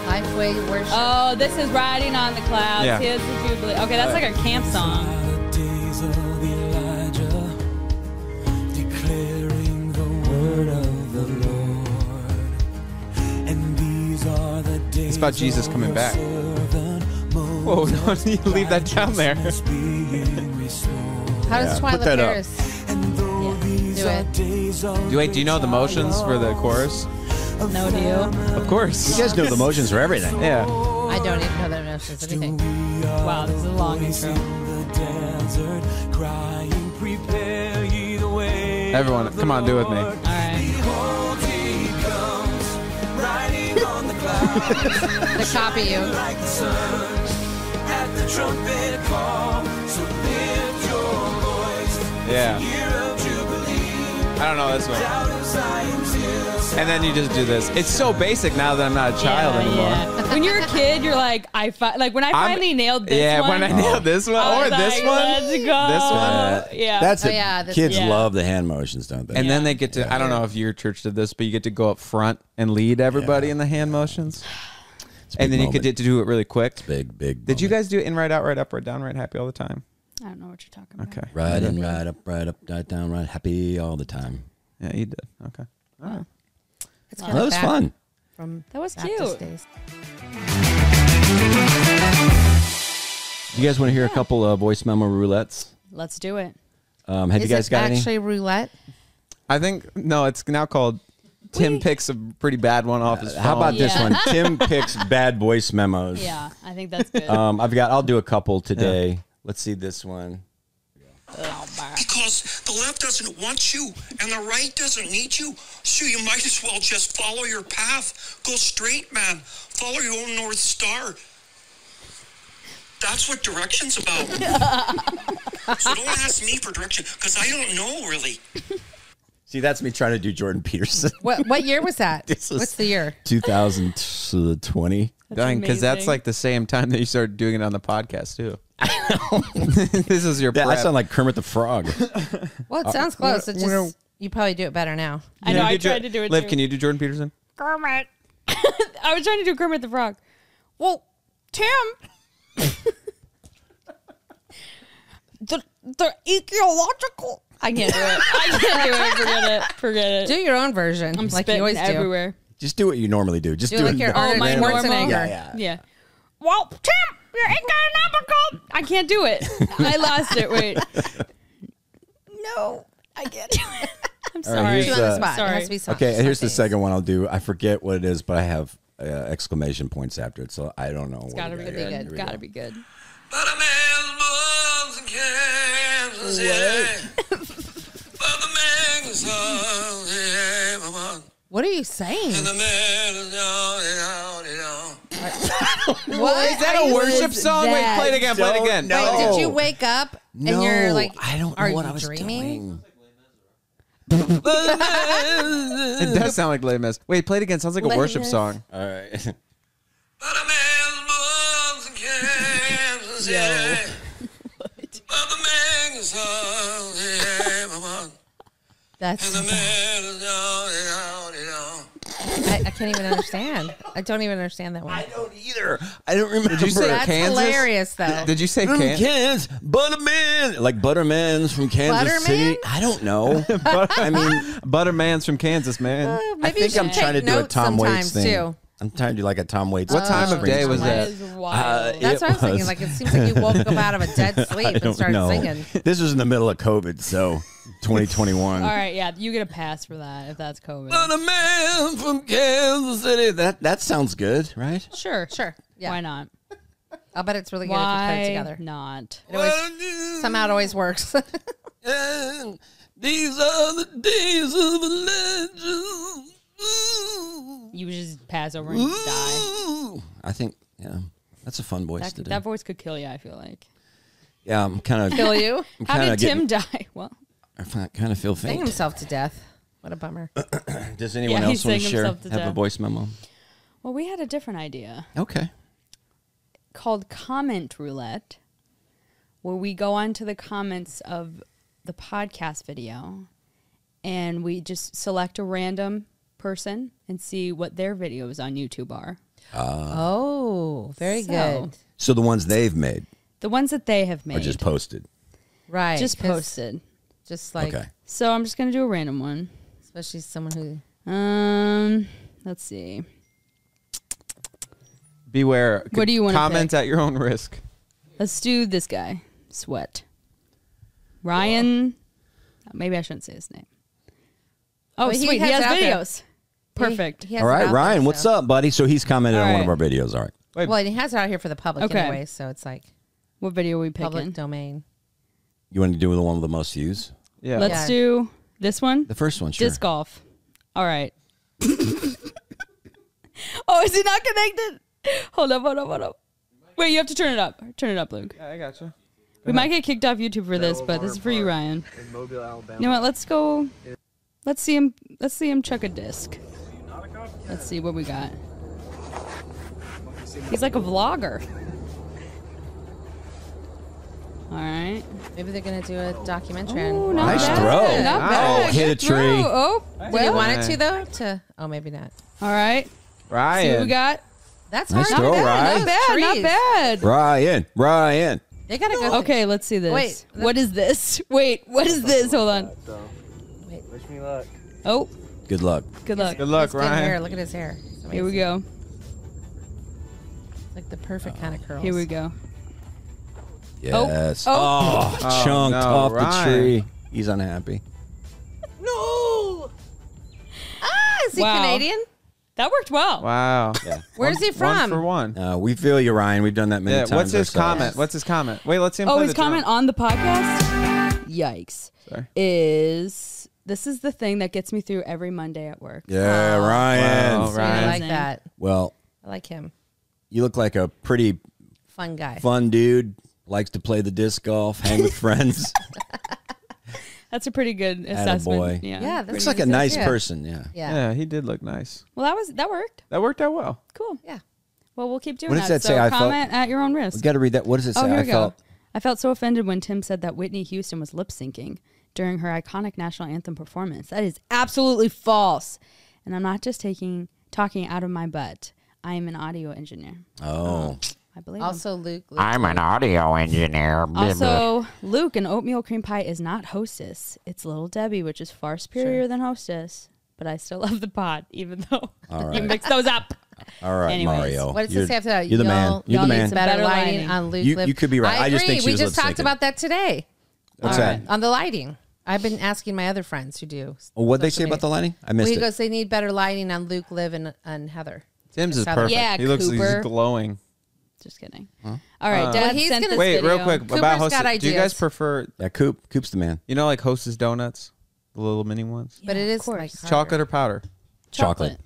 S5: Lifeway worship.
S4: Oh, this is Riding on the Clouds.
S2: Yeah.
S4: Here's the Jubilee. Okay, that's like our camp song.
S10: declaring the word of the Lord. And these are the days
S2: It's about Jesus coming back. Whoa, don't you leave that down there.
S10: being restored.
S5: How does
S9: Yeah,
S5: Twilight
S9: put that up.
S5: Paris
S10: And though these
S5: do
S10: are
S5: it?
S10: days of
S2: Do wait? Do you know the motions for the chorus?
S4: No, do you?
S2: Of course.
S9: You guys know the motions for everything.
S2: Yeah.
S5: I don't even know that motions. Anything.
S4: Wow, this is a long intro.
S10: the desert, crying, prepare ye the way.
S2: Everyone, come on, do it with me.
S4: All right.
S10: Behold, he comes, riding on the clouds.
S5: They copy you.
S10: like the sun at the trumpet call. So lift your voice,
S2: Yeah.
S10: year of jubilee,
S2: I don't know this one.
S10: out of Zion's hills.
S2: And then you just do this. It's so basic now that I'm not a child
S4: Yeah,
S2: anymore.
S4: yeah. When you're a kid, you're like, I fi- like when I
S2: I'm-
S4: finally nailed this
S2: yeah,
S4: one. Oh,
S2: when I nailed this one
S4: I
S2: or
S4: was
S2: this
S4: like,
S2: one,
S4: let's go.
S2: this one.
S4: Uh, yeah.
S9: That's
S5: Oh,
S9: it.
S5: yeah, this-
S9: Kids
S4: yeah.
S9: love the hand motions, don't they?
S2: And then
S4: Yeah.
S2: they get to, I don't know if your church did this, but you get to go up front and lead everybody
S9: Yeah.
S2: in the hand motions.
S9: It's a big
S2: And then you could
S9: moment.
S2: get to do it really quick.
S9: big, big.
S2: Did you
S9: moment.
S2: guys do in, right out, right up, right down, right happy all the time?
S4: I don't know what you're talking about.
S2: Okay.
S9: Right in, right up, right up, right down, right happy all the time.
S2: Yeah, you did. Okay.
S5: It's
S9: that was
S5: back
S9: fun.
S5: From
S4: That was
S5: Baptist
S4: cute.
S5: days.
S9: You guys want to hear a couple of voice memo roulettes?
S4: Let's do it.
S9: Um, have
S5: Is
S9: you guys
S5: it
S9: got any?
S5: actually roulette?
S2: I think, no, it's now called Tim picks a pretty bad one off his phone.
S9: Uh, How about this
S4: Yeah.
S9: one? Tim picks bad voice memos.
S4: Yeah, I think
S2: Oh.
S4: that's good.
S9: Um, I've got. I'll do a couple today. Let's see this one.
S8: Because the left doesn't want you and the right doesn't need you. So you might as well just follow your path. Go straight, man. Follow your own North Star. That's what direction's about. so don't ask me for direction because I don't know really.
S9: See, that's me trying to do Jordan Peterson.
S5: What what year was that?
S9: This was-
S5: What's the year?
S9: 2020.
S2: Dang, because that's
S4: amazing.
S2: like the same time that you started doing it on the podcast, too. this is your
S9: Yeah, I
S2: prep.
S9: sound like Kermit the Frog.
S5: Well, it
S9: Uh,
S5: sounds close. It just you probably do it better now.
S4: I know. I tried to do it.
S2: Liv,
S4: too.
S2: can you do Jordan Peterson?
S4: Kermit. I was trying to do Kermit the Frog. Well, Tim. the, the ecological. I can't do it. I can't do it. Forget it. Forget it.
S5: Do your own version,
S4: I'm
S5: like you
S4: spitting
S5: always do.
S4: everywhere.
S9: Just do what you normally do. Just
S5: Do
S9: do,
S5: it like
S9: it
S5: your
S9: normal.
S5: Arnold
S4: my normal-
S5: Schwarzenegger.
S9: Yeah, yeah.
S4: Yeah. Well, Tim, you're economical. I can't do it. I lost it. Wait. No, I can't do it. I'm
S9: All right,
S4: sorry.
S9: here's,
S5: Do it on the
S9: uh,
S5: spot. It
S4: Sorry.
S5: has to be soft.
S9: Okay, here's the
S5: Soft.
S9: second one I'll do. I forget what it is, but I have uh, exclamation points after it, so I don't know. It's
S4: Gotta be good.
S5: good.
S4: Gotta be good.
S8: But a man lives in Kansas City. But the man is all he ever wants.
S5: What are you saying?
S8: And the man is all he wanted, all.
S5: What
S2: Is that a worship song? Wait, play it again. Play it
S9: Don't
S2: again.
S9: know.
S5: Wait, did you
S9: No.
S5: wake up and
S9: Oh. No,
S5: you're like,
S9: I don't know
S5: are
S9: what
S5: you
S9: I was
S5: dreaming?
S9: doing.
S2: It does sound like Les Mis. Wait, play it again. Sounds like
S5: Les
S2: a worship
S5: Mis.
S2: song.
S9: All right.
S8: But a man lives in Kansas City. But the man is all he ever wants.
S5: That's
S8: And the man is all he wanted, all.
S5: I, I can't even understand. I don't even understand that one. I
S1: don't either. I don't remember.
S2: Did you say
S5: That's
S2: Kansas?
S5: hilarious,
S4: Oh.
S5: though.
S2: Did you say
S1: from
S2: Kansas?
S1: Kansas, Butterman, like Butterman's from Kansas
S5: Butterman?
S1: City. I don't know. I mean,
S2: Butterman's from Kansas, man.
S5: Maybe
S1: I
S5: you
S1: think
S5: should
S1: I'm trying to
S5: take
S1: do a
S5: notes
S1: Tom Waits
S5: sometimes,
S1: thing.
S5: too.
S1: I'm trying to do like a Tom Waits.
S2: What time of
S1: Spring
S2: day was
S1: Spring.
S2: that?
S4: That is
S1: Uh,
S4: wild.
S5: That's
S1: it
S5: what I was thinking.
S1: was.
S5: Like it seems like you woke up out of a dead
S1: I
S5: sleep and
S1: don't
S5: started
S1: know.
S5: singing.
S1: This was in the middle of COVID, so 2021.
S4: All right, yeah, you get a pass for that if that's COVID.
S1: But a man from Kansas City. That that sounds good, right?
S4: Sure,
S5: Sure. Yeah.
S4: Why not?
S5: I'll bet it's really good if you put it
S4: Why
S5: together.
S4: not?
S5: It always, somehow it always works.
S1: And these are the days of legend.
S4: You would just pass over and die.
S1: I think yeah, that's a fun voice
S4: That,
S1: to do.
S4: that voice could kill you. I feel like.
S1: yeah, I'm kind of
S5: Kill you.
S4: How
S1: kinda
S4: did Tim die? Well,
S1: I kind of feel
S5: Sing
S1: faint.
S5: himself to death. What a bummer.
S1: Uh-uh. Does anyone
S4: Yeah, he
S1: else want to
S4: sang
S1: share have
S4: himself to
S1: a
S4: death.
S1: voice memo?
S4: well, we had a different idea
S1: Okay.
S4: called comment roulette, where we go on to the comments of the podcast video, and we just select a random person and see what their videos on YouTube are.
S5: Oh, very
S4: So-
S5: good.
S1: So the ones they've made
S4: The ones that they have made
S1: are just posted.
S5: Right.
S4: just
S5: 'cause
S4: posted.
S5: Just like,
S1: okay.
S4: So I'm just gonna do a random one.
S5: especially someone who.
S4: Um, let's see.
S2: Beware.
S4: What do you wanna
S2: Comment at your own risk.
S4: Let's do this guy. Sweat. Ryan. Maybe I shouldn't say his name. Oh,
S5: But he
S4: sweet. He
S5: has
S4: has,
S5: it out there.
S4: videos. Perfect.
S5: He, he has
S1: All
S5: it
S1: right,
S5: out
S1: Ryan,
S5: there,
S1: what's
S5: so-
S1: up, buddy? So he's commented
S4: All
S1: on one of
S4: right.
S1: our videos. All right.
S5: Well, and he has it out here for the public
S4: Okay.
S5: anyway, so it's like
S4: What video are we picking?
S5: public domain.
S1: You want to do the one with the most views?
S2: Yeah.
S4: Let's
S5: Yeah.
S4: do this one.
S1: The first one, sure.
S4: Disc golf. All right. oh, is he not connected? Hold up, hold up, hold up. Wait, you have to turn it up. Turn it up, Luke.
S2: I gotcha.
S4: We might get kicked off YouTube for this, but this is for you, Ryan. You know what? Let's go. Let's see him. Let's see him chuck a disc. Let's see what we got. He's like a vlogger. All right.
S5: Maybe they're going to do a documentary.
S4: Ooh,
S5: on
S4: not
S1: Nice
S4: bad.
S1: throw.
S4: Not
S2: Nice.
S4: bad.
S1: Oh, hit a
S4: Good throw.
S1: tree.
S4: Oh,
S5: Do you
S4: well.
S5: want it to, though? To Oh, maybe not.
S4: All right. See what
S2: Ryan.
S4: we got.
S5: That's
S1: Nice
S5: hard.
S1: throw,
S5: Not bad.
S1: Ryan.
S4: Not
S5: Those
S4: bad. Not
S5: trees.
S4: bad.
S1: Ryan, Ryan.
S5: They got to go.
S4: Okay, let's see this.
S5: Wait.
S4: what is this? Wait, what is this? Hold on.
S5: Wait.
S4: Wish me luck. Oh,
S1: Good luck.
S4: good luck.
S2: Good luck,
S5: It's good hair.
S2: Ryan.
S5: Look at his hair. It's
S4: Here we
S5: amazing.
S4: go.
S5: Like the perfect kind of curls.
S4: Here we go.
S1: Yes.
S4: Oh.
S1: Oh, chunked
S2: no,
S1: off
S2: Ryan.
S1: the tree. He's unhappy. Oh.
S5: No. Ah, is he
S4: Wow.
S5: Canadian?
S4: That worked well.
S2: Wow.
S5: Where's he from?
S2: One for one.
S1: Uh, we feel you, Ryan. We've done that many
S2: Yeah,
S1: times.
S2: what's his
S1: ourselves.
S2: comment? What's his comment? Wait, let's see him
S4: Oh,
S2: play
S4: his
S2: the drum.
S4: comment on the podcast. Yikes.
S2: Sorry.
S4: Is this is the thing that gets me through every Monday at work.
S1: Yeah,
S5: Oh,
S1: Ryan.
S2: Wow,
S5: I
S2: Ryan.
S5: like that.
S1: Well,
S5: I like him.
S1: you look like a pretty
S5: Fun guy.
S1: fun dude. Likes to play the disc golf, hang with friends.
S4: That's a pretty good assessment.
S1: Attaboy.
S4: Yeah.
S5: Yeah, that's
S1: Looks like
S4: Pretty-
S1: a nice
S5: Yeah.
S1: person. Yeah.
S5: Yeah.
S2: Yeah, he did look nice.
S4: well, that was that worked.
S2: That worked out well.
S4: Cool.
S5: Yeah.
S4: Well, we'll keep doing
S1: What does that
S4: that.
S1: say?
S4: So
S1: I felt-
S4: comment at your own risk.
S1: We got to read that. What does it say?
S4: Oh, here
S1: I
S4: we go.
S1: felt
S4: I felt so offended when Tim said that Whitney Houston was lip syncing during her iconic national anthem performance. That is absolutely false. And I'm not just taking talking out of my butt. I am an audio engineer.
S1: Oh,
S4: I believe. him.
S5: Also, Luke. Luke
S10: I'm an audio engineer.
S4: Also, Luke, an oatmeal cream pie is not Hostess. It's Little Debbie, which is far superior than Hostess. But I still love the pot, even though
S1: All
S4: you
S1: right.
S4: mix those up.
S1: all right,
S4: Anyways,
S1: Mario.
S5: What does
S1: You're-
S5: it say after that?
S1: You're the man.
S5: Y'all-
S1: You're the
S5: y'all need
S1: man.
S5: some better
S4: Better
S5: lighting,
S4: lighting.
S5: on Luke.
S1: You-
S5: Lip.
S1: you could be right. I
S5: agree.
S1: just think she
S5: we
S1: was
S5: just talked
S1: lip-syncing.
S5: about that today
S1: What's
S4: All
S1: that?
S4: right.
S5: on the lighting. I've been asking my other friends who do.
S1: Oh, what'd they
S5: social
S1: say about
S5: media.
S1: the lighting? I
S5: Well,
S1: missed
S5: he
S1: it.
S5: goes, they need better lighting on Luke, Liv, and, and Heather.
S2: Tim's is
S5: That's how they-
S2: perfect.
S4: Yeah,
S2: he looks
S4: Cooper.
S2: he's glowing.
S4: Just kidding. All right,
S2: Uh,
S4: Dad.
S5: Well, he's
S4: sent
S5: gonna-
S4: this
S2: Wait, real
S4: video.
S2: quick about
S5: Cooper's
S2: Hostess.
S5: got
S2: Do you guys
S5: ideas.
S2: prefer
S1: yeah, Coop. Coop's the man.
S2: you know like Hostess donuts, the little mini ones?
S5: But it
S4: of
S5: is like
S4: course.
S5: harder.
S2: Chocolate or powder?
S1: Chocolate.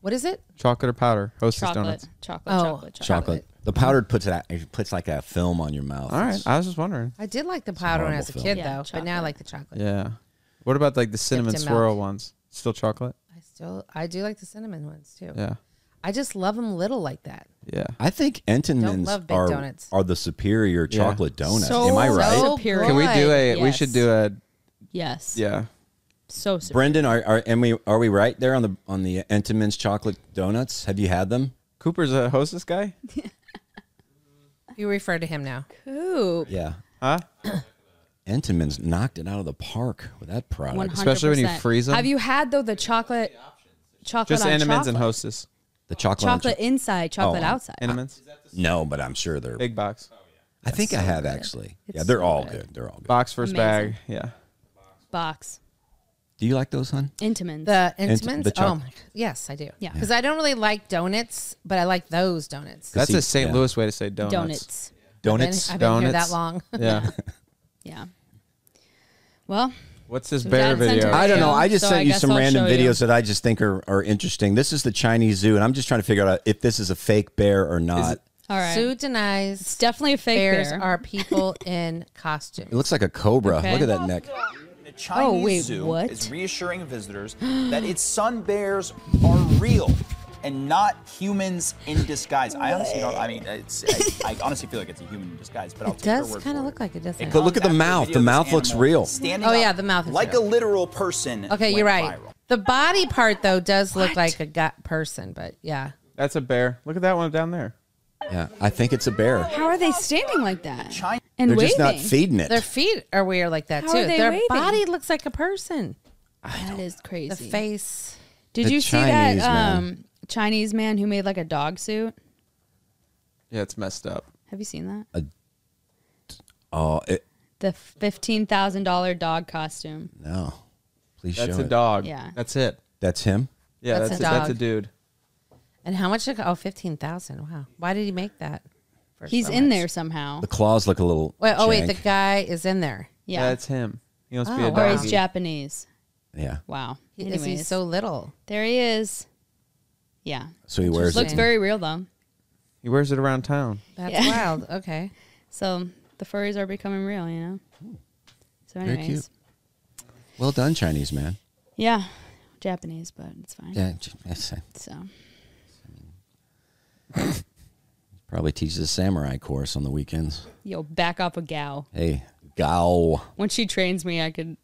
S5: What is it?
S2: Chocolate or powder? Hostess
S4: chocolate,
S2: donuts.
S4: chocolate,
S5: Oh.
S4: chocolate, chocolate.
S1: Chocolate. The powdered puts it out, it puts like a film on your mouth.
S2: All right,
S1: It's-
S2: I was just wondering.
S5: I did like the powder when I
S1: horrible
S5: was a
S1: film.
S5: kid,
S4: Yeah,
S5: though, but now I
S4: chocolate.
S5: like the chocolate.
S2: Yeah. What about like the cinnamon
S5: in
S2: swirl
S5: milk.
S2: ones? Still chocolate?
S5: I still, I do like the cinnamon ones too.
S2: Yeah.
S5: I just love them little like that.
S2: Yeah.
S1: I think Entenmann's
S5: love big
S1: are
S5: donuts.
S1: are the superior
S2: Yeah.
S1: chocolate donuts.
S4: So-
S1: Am I
S4: so-
S1: right?
S4: Superior.
S2: Can we do a?
S5: good.
S2: We
S4: Yes.
S2: should do a.
S4: Yes.
S2: Yeah.
S4: So super.
S1: Brendan, are, are and we are we right there on the on the Entenmann's chocolate donuts? Have you had them?
S2: Cooper's a hostess guy.
S5: You refer to him now.
S4: Coop.
S1: Yeah,
S2: Huh?
S1: Entenmann's knocked it out of the park with that product.
S4: 100%.
S2: Especially when you freeze 'em.
S4: Have you had though the chocolate, chocolate
S2: Just
S4: on
S2: Entenmann's
S4: chocolate?
S2: and hostess.
S1: The chocolate, on
S4: chocolate inside, chocolate
S1: Oh.
S4: outside.
S2: Entenmann's.
S1: cho- no, but I'm sure they're.
S2: Big box.
S1: I think I have actually.
S4: It's
S1: yeah, they're
S4: so
S1: all
S4: good.
S1: good. They're all good.
S2: Box first
S4: Amazing.
S2: bag. Yeah.
S4: Box.
S1: Do you like those, hun?
S4: Intimans.
S5: The
S1: Ent-
S5: Intimans?
S1: the
S5: oh,
S1: chocolate.
S5: my God. yes, I do.
S4: Yeah.
S5: Because I don't really like donuts, but I like those donuts.
S2: That's
S1: he-
S2: a St.
S1: yeah.
S2: Louis way to say donuts.
S4: donuts.
S1: Donuts.
S5: I've been here
S2: Donuts.
S5: that long.
S2: Yeah.
S4: Yeah. Well,
S2: What's this
S4: Is
S2: bear
S4: that
S2: video?
S4: center?
S1: I don't know. I just
S4: So I
S1: sent you
S4: guess
S1: some
S4: I'll
S1: random
S4: show you.
S1: videos that I just think are, are interesting. This is the Chinese zoo, and I'm just trying to figure out uh, if this is a fake bear or not. It,
S4: all right.
S5: Sue denies
S4: it's definitely a fake
S5: bears
S4: bear.
S5: are people in costumes.
S1: looks like a cobra.
S4: Okay.
S1: Look at that neck.
S11: The Chinese
S5: Oh,
S4: wait,
S11: zoo
S4: what?
S11: is reassuring visitors that its sun bears are real and not humans in disguise. I honestly don't. I mean, it's, I, I honestly feel like it's a human in disguise, but I'll
S5: it
S11: take your
S5: does
S11: word
S5: kind of
S11: for
S5: look like it, doesn't it?
S1: But look at the
S11: After
S1: mouth.
S11: video
S1: The
S11: of this
S1: mouth looks
S11: animal
S1: real.
S11: Standing
S5: Oh,
S11: up
S5: yeah, the mouth is
S11: like a
S5: real.
S11: literal person.
S5: Okay,
S11: went
S5: you're right.
S11: viral.
S5: The body part though does look like a gut person, but yeah.
S2: That's a bear. Look at that one down there.
S1: Yeah, I think it's a bear.
S4: How are they standing like that?
S11: China-
S4: and
S1: They're
S4: waving.
S1: just not feeding it.
S5: Their feet are weird like that
S4: How
S5: too.
S4: are they
S5: Their
S4: waving?
S5: body looks like a person.
S4: That is crazy.
S5: The face.
S4: Did
S1: The
S4: you see
S1: Chinese
S4: that
S1: man.
S4: um, Chinese man who made like a dog suit?
S2: Yeah, it's messed up.
S4: Have you seen that?
S1: oh it,
S4: The fifteen thousand dollar dog costume.
S1: no! Please
S2: That's
S1: show
S2: a
S1: it.
S2: dog.
S4: Yeah.
S2: That's it.
S1: That's him.
S2: Yeah,
S5: That's
S2: that's,
S5: a
S2: a, that's a
S5: dog.
S2: dude.
S5: And how much? Did, oh, fifteen thousand. Wow. Why did he make that? for
S4: He's
S5: so
S4: in
S5: much?
S4: there somehow.
S1: The claws look a little.
S5: Wait, oh wait, the
S1: jank.
S5: guy is in there.
S2: Yeah.
S4: Yeah.
S2: that's him. He must be
S5: Oh,
S2: a
S5: wow.
S4: or
S2: dog.
S4: he's Japanese.
S1: Yeah.
S4: Wow.
S5: He- Is he
S4: Anyways,
S5: so little?
S4: there he is. Yeah.
S1: So he wears
S4: Looks
S1: it.
S4: very real though.
S2: He wears it around town.
S5: That's
S4: Yeah.
S5: wild. Okay.
S4: So the furries are becoming real, you know. So
S1: Very cute.
S4: anyways.
S1: Well done, Chinese man.
S4: Yeah. Japanese, but it's fine.
S1: Yeah, j- that's-
S4: So
S1: probably teaches a samurai course on the weekends.
S4: yo, back off a gal.
S1: Hey, Gao.
S4: When she trains me I could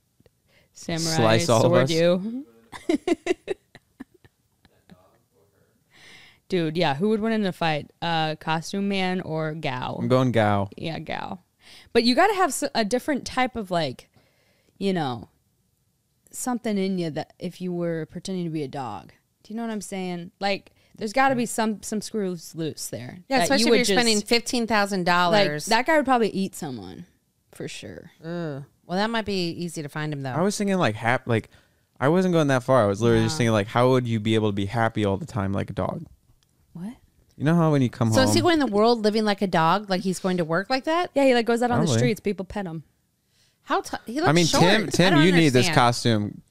S4: samurai
S2: Slice all of
S4: sword
S2: us?
S4: you. Dude, yeah, who would win in a fight? Uh costume man or gal?
S2: I'm going Gao.
S4: yeah, gal. But you got to have s- a different type of like, you know, something in you that if you were pretending to be a dog. Do you know what I'm saying? Like, there's got to be some some screws loose there.
S5: Yeah,
S4: that
S5: especially
S4: would
S5: if you're
S4: just-
S5: spending fifteen thousand
S4: like
S5: dollars.
S4: that guy would probably eat someone for sure.
S5: well, that might be easy to find him though.
S2: I was thinking like hap like I wasn't going that far. I was literally just thinking like how would you be able to be happy all the time like a dog?
S4: What?
S2: You know how when you come
S5: so
S2: home
S5: is he going in the world living like a dog? Like he's going to work like that?
S4: Yeah, he like goes out on the
S2: Probably.
S4: streets, people pet him.
S5: How t- he looks
S2: I mean
S5: short.
S2: Tim
S5: I
S2: Tim
S5: don't
S2: you need this
S5: understand.
S2: costume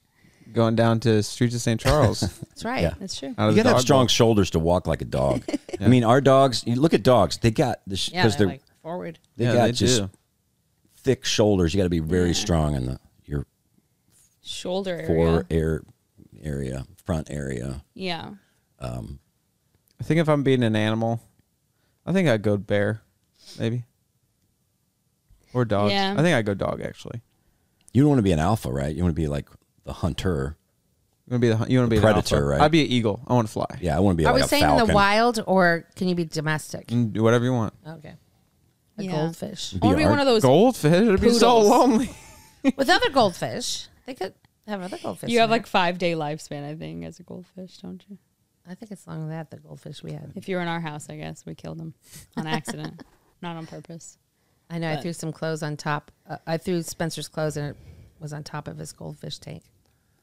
S2: going down to streets of St. Charles.
S5: That's right. Uh,
S1: Yeah.
S4: That's true.
S2: out of
S1: You
S2: the
S1: gotta have
S2: dog
S1: strong
S2: bowl.
S1: shoulders to walk like a dog. I mean, our dogs. You look at dogs; they got the because
S5: Yeah,
S1: they're,
S5: they're like forward.
S1: they
S2: Yeah,
S1: got
S2: they
S1: just
S2: do.
S1: thick shoulders. You got to be very strong in the your
S4: Shoulder area.
S1: fore air area, front area.
S4: Yeah.
S2: I think if I'm being an animal, I think I'd go bear, maybe. Or dog.
S4: Yeah.
S2: I think I'd go dog actually.
S1: You don't want to be an alpha, right? You want to be like the hunter.
S2: You want to be the hun- you want to be
S1: predator,
S2: an alpha.
S1: right?
S2: I'd be an eagle. I want to fly.
S1: Yeah, I want to be
S5: Are
S1: like
S5: we
S1: a
S5: saying
S1: falcon.
S5: in the wild or can you be domestic?
S2: You can Do whatever you want.
S5: Okay. A
S4: Yeah.
S5: goldfish.
S1: Be
S4: I want to be
S1: our-
S4: one of those.
S2: Goldfish. It'd be so
S4: Poodles.
S2: lonely.
S5: With other goldfish, they could have other goldfish.
S4: You have
S5: in
S4: like five day lifespan, I think, as a goldfish, don't you?
S5: there. I think it's longer than that, the goldfish we had.
S4: If you were in our house, I guess we killed him on accident, not on purpose.
S5: I know. I threw some clothes on top. Uh, I threw Spencer's clothes and it was on top of his goldfish tank.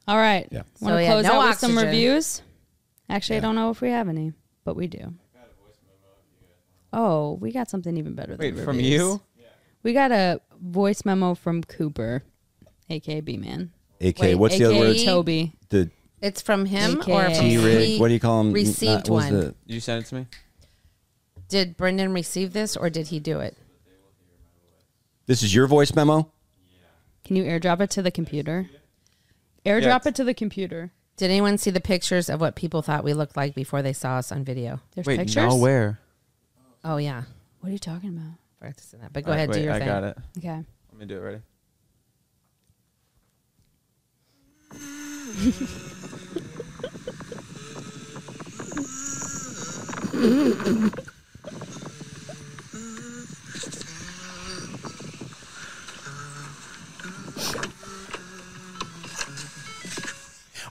S4: All right.
S1: Yeah.
S4: Want
S5: So
S4: to
S5: we had
S4: close
S5: no
S4: out with some
S5: oxygen.
S4: reviews? Actually, I don't know if we have any, but we do. Oh, we got something even better.
S2: Wait,
S4: than
S2: from
S4: reviews.
S2: you?
S4: We got a voice memo from Cooper, aka B Man,
S1: AK.
S5: Wait,
S1: what's the other
S5: AKA
S1: word?
S4: Toby.
S1: The
S5: It's from him or
S4: AKA.
S5: from
S4: He
S1: T-rig.
S5: he
S1: What do you call him? Not-
S5: Received
S1: what was
S5: one.
S1: the-
S2: You send it to me?
S5: Did Brendan receive this or did he do it?
S1: this is your voice memo.
S4: Can you airdrop it to the computer? Airdrop
S2: Yeah.
S4: it to the computer.
S5: Did anyone see the pictures of what people thought we looked like before they saw us on video?
S4: There's
S2: Wait,
S4: pictures.
S2: no, where?
S5: Oh yeah,
S4: What are you talking about?
S5: practicing that. But go
S2: All right,
S5: ahead,
S2: wait,
S5: do your
S2: I
S5: thing.
S2: got it.
S4: Okay.
S2: Let me do it. Ready?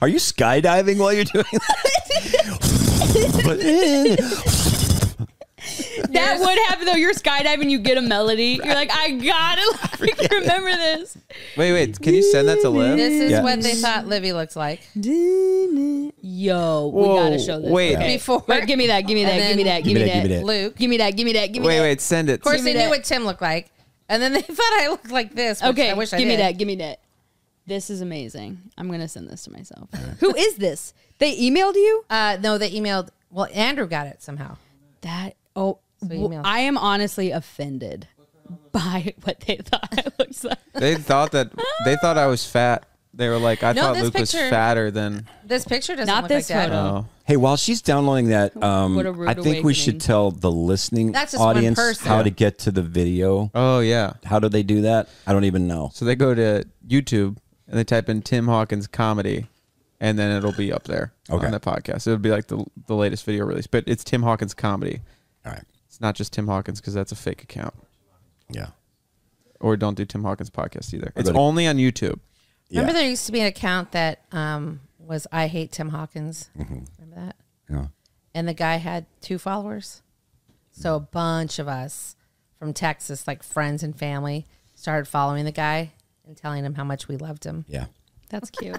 S1: Are you skydiving while you're doing that?
S4: That would happen though. You're skydiving, you get a melody. You're like, I gotta like, remember this.
S2: Wait, wait. Can you send that to Liv?
S5: This is what they thought Livy looked like.
S4: Yo,
S2: Whoa,
S4: we gotta show this.
S2: wait.
S4: Okay.
S5: Before-
S4: Wait, give me that, give me that,
S5: And
S4: give me
S5: then-
S4: that, give me that.
S5: Luke.
S4: Give me that, give me that, give me
S2: Wait,
S4: that.
S2: wait. Send it.
S5: Of course,
S4: Give me
S5: they knew
S4: that.
S5: what Tim looked like, and then they thought I looked like this. Which
S4: Okay,
S5: I wish
S4: give
S5: I
S4: me
S5: did.
S4: that, give me that. This is amazing. I'm gonna send this to myself. Who is this? They emailed you?
S5: Uh, no, they emailed. Well, Andrew got it somehow.
S4: That oh,
S5: email.
S4: w- I am honestly offended by what they thought I looked like.
S2: They thought that they thought I was fat. They were like, I
S5: No,
S2: thought
S5: this
S2: Luke
S5: picture-
S2: was fatter than.
S5: This picture doesn't
S4: Not
S5: look
S4: this
S5: like that.
S1: Uh,
S4: photo.
S2: Oh.
S1: hey, while she's downloading that, um,
S4: What a rude
S1: I think we should
S4: awakening.
S1: tell the listening
S5: That's just one
S1: audience
S5: person.
S1: how to get to the video.
S2: Oh yeah.
S1: How do they do that? I don't even know.
S2: So they go to YouTube and they type in Tim Hawkins comedy, and then it'll be up there
S1: Okay.
S2: on the podcast. It'll be like the the latest video release, but it's Tim Hawkins comedy.
S1: All right.
S2: It's not just Tim Hawkins because that's a fake account.
S1: Yeah.
S2: Or don't do Tim Hawkins podcast either. It's
S1: go to-
S2: only on YouTube.
S5: Remember,
S1: yeah.
S5: there used to be an account that um, was I hate Tim Hawkins.
S1: Mm-hmm.
S5: Remember that?
S1: Yeah.
S5: And the guy had two followers. So a bunch of us from Texas, like friends and family, started following the guy and telling him how much we loved him.
S1: Yeah.
S4: That's cute.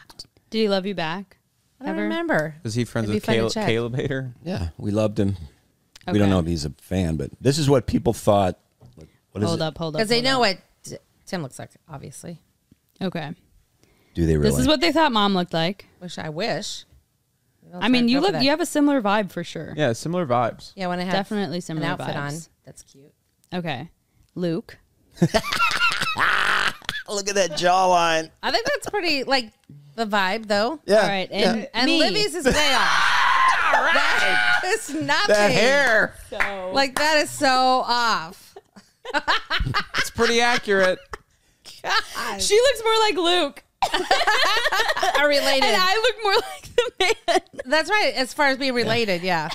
S4: Did he love you back?
S5: I don't
S4: Ever?
S5: remember.
S2: Is he friends with
S5: It'd be fun to
S2: Caleb,
S5: check.
S2: Caleb Hater?
S1: Yeah. We loved him. We
S4: Okay.
S1: don't know if he's a fan, but this is what people thought. What is
S4: Hold
S1: it?
S4: up, hold up.
S5: Because they
S4: hold
S5: know
S4: up.
S5: what t- Tim looks like, obviously.
S4: Okay.
S1: Do they really?
S4: This is what they thought mom looked like.
S5: Which I wish.
S4: I mean, you
S5: Go for
S4: look
S5: that.
S4: you have a similar vibe for sure.
S2: Yeah, similar vibes.
S5: Yeah, when I have
S4: Definitely
S5: an
S4: similar
S5: outfit on,
S4: vibes.
S5: that's cute.
S4: Okay. Luke.
S1: Look at that jawline.
S5: I think that's pretty like the vibe though.
S1: Yeah.
S4: All right. And,
S5: And
S4: me.
S5: Livy's is way off. All right. It's nothing.
S1: The hair.
S4: so
S5: Like that is so off.
S2: It's pretty accurate.
S4: she looks more like Luke.
S5: Are related.
S4: And I look more like the man.
S5: that's right. As far as being related, yeah.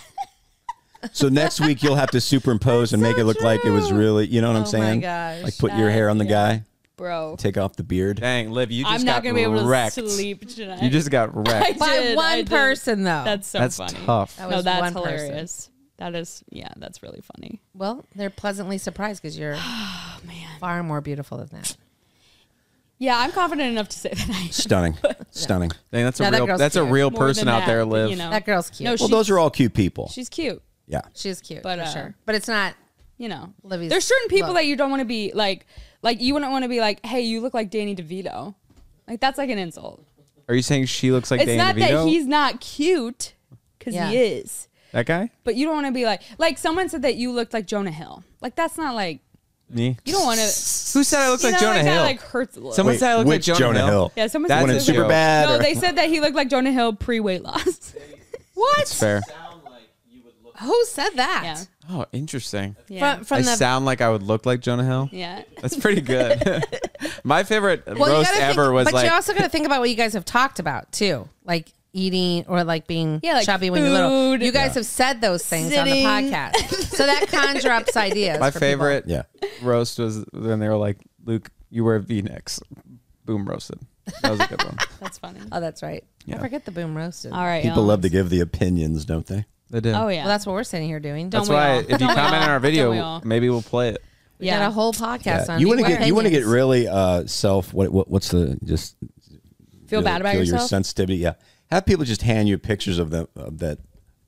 S1: So next week you'll have to superimpose and make it look like it was really, you know
S4: Oh
S1: what I'm
S5: my
S1: saying?
S5: gosh.
S1: Like put your hair on the guy,
S4: Bro.
S1: take off the beard.
S2: Dang, Liv, you just
S4: I'm
S2: got
S4: not gonna be able
S2: wrecked.
S4: to sleep tonight.
S2: You just got wrecked.
S5: By
S4: did, I
S5: one
S4: did.
S5: person though.
S4: That's so
S2: That's
S4: funny.
S2: tough.
S5: That
S4: no,
S5: was
S4: that's
S5: one person.
S4: hilarious. That is yeah, that's really funny.
S5: Well, they're pleasantly surprised because you're Oh, far more beautiful than that.
S4: Yeah, I'm confident enough to say that I
S1: Stunning. Stunning.
S2: Dang, that's a
S5: No, that
S2: real
S5: girl's
S2: that's a
S5: cute.
S2: real
S4: more
S2: person
S4: than
S2: out
S4: that,
S2: there,
S4: but,
S2: Liv.
S4: You know.
S5: That girl's cute.
S4: No,
S1: Well,
S4: she's,
S1: those are all cute people.
S4: she's cute.
S1: Yeah.
S5: She's cute
S4: But,
S5: for
S4: uh,
S5: sure. But it's not
S4: You know,
S5: Livy's
S4: there's certain people
S5: look.
S4: that you don't want to be like, like you wouldn't want to be like, hey, you look like Danny DeVito. Like that's like an insult.
S2: Are you saying she looks like
S4: it's
S2: Danny
S4: not
S2: DeVito?
S4: that he's not cute, because
S5: Yeah.
S4: he is.
S2: that guy?
S4: But you don't want to be like, like someone said that you looked like Jonah Hill. Like that's not like
S2: Me?
S4: you don't want to.
S2: Who said I look
S4: You
S2: like
S4: know,
S2: Jonah
S4: like
S2: Hill?
S4: That, like hurts a little.
S2: Someone
S1: Wait,
S2: said I look like
S1: which
S2: Jonah,
S1: Jonah
S2: Hill.
S1: Hill?
S4: yeah, someone
S2: That's
S4: said
S1: When
S2: a
S1: it's
S2: joke.
S1: super bad.
S4: No,
S1: or-
S4: they said that he looked like Jonah Hill pre weight loss.
S2: That's fair.
S5: who said that?
S4: yeah,
S2: Oh, interesting.
S4: yeah,
S5: From, from
S2: I
S5: the
S2: sound like I would look like Jonah Hill.
S4: yeah.
S2: That's pretty good. My favorite
S5: you
S2: roast
S5: gotta
S2: ever
S5: think,
S2: was
S5: but
S2: like
S5: you also got to think about what you guys have talked about too, like eating or like being
S4: Yeah, like
S5: chubby when you're little.
S4: food.
S5: You guys have said those things
S4: Sitting.
S5: on the podcast, so that conjure ups ideas.
S2: my
S5: for people.
S2: favorite
S1: Yeah.
S2: roast was when they were like, Luke, you wear V necks. Boom roasted. That was a good one.
S4: That's funny.
S5: Oh, that's right. I
S2: Yeah.
S5: forget the boom roasted.
S4: All right,
S1: People love to
S4: the.
S1: give the opinions, don't they?
S2: They did.
S4: Oh yeah,
S5: Well, that's what we're sitting here doing.
S4: Don't
S2: That's
S4: we
S2: why
S4: all?
S2: if you
S4: Don't we
S2: comment on
S4: all?
S2: our
S4: Don't we
S2: video,
S4: all?
S2: maybe we'll play it.
S5: We got a whole podcast on.
S1: You want to
S5: people
S1: get you want to get
S5: opinions.
S1: really uh self what, what what's the just
S4: feel
S1: really
S4: bad about
S1: kill your
S4: yourself.
S1: sensitivity. Yeah. Have people just hand you pictures of them of that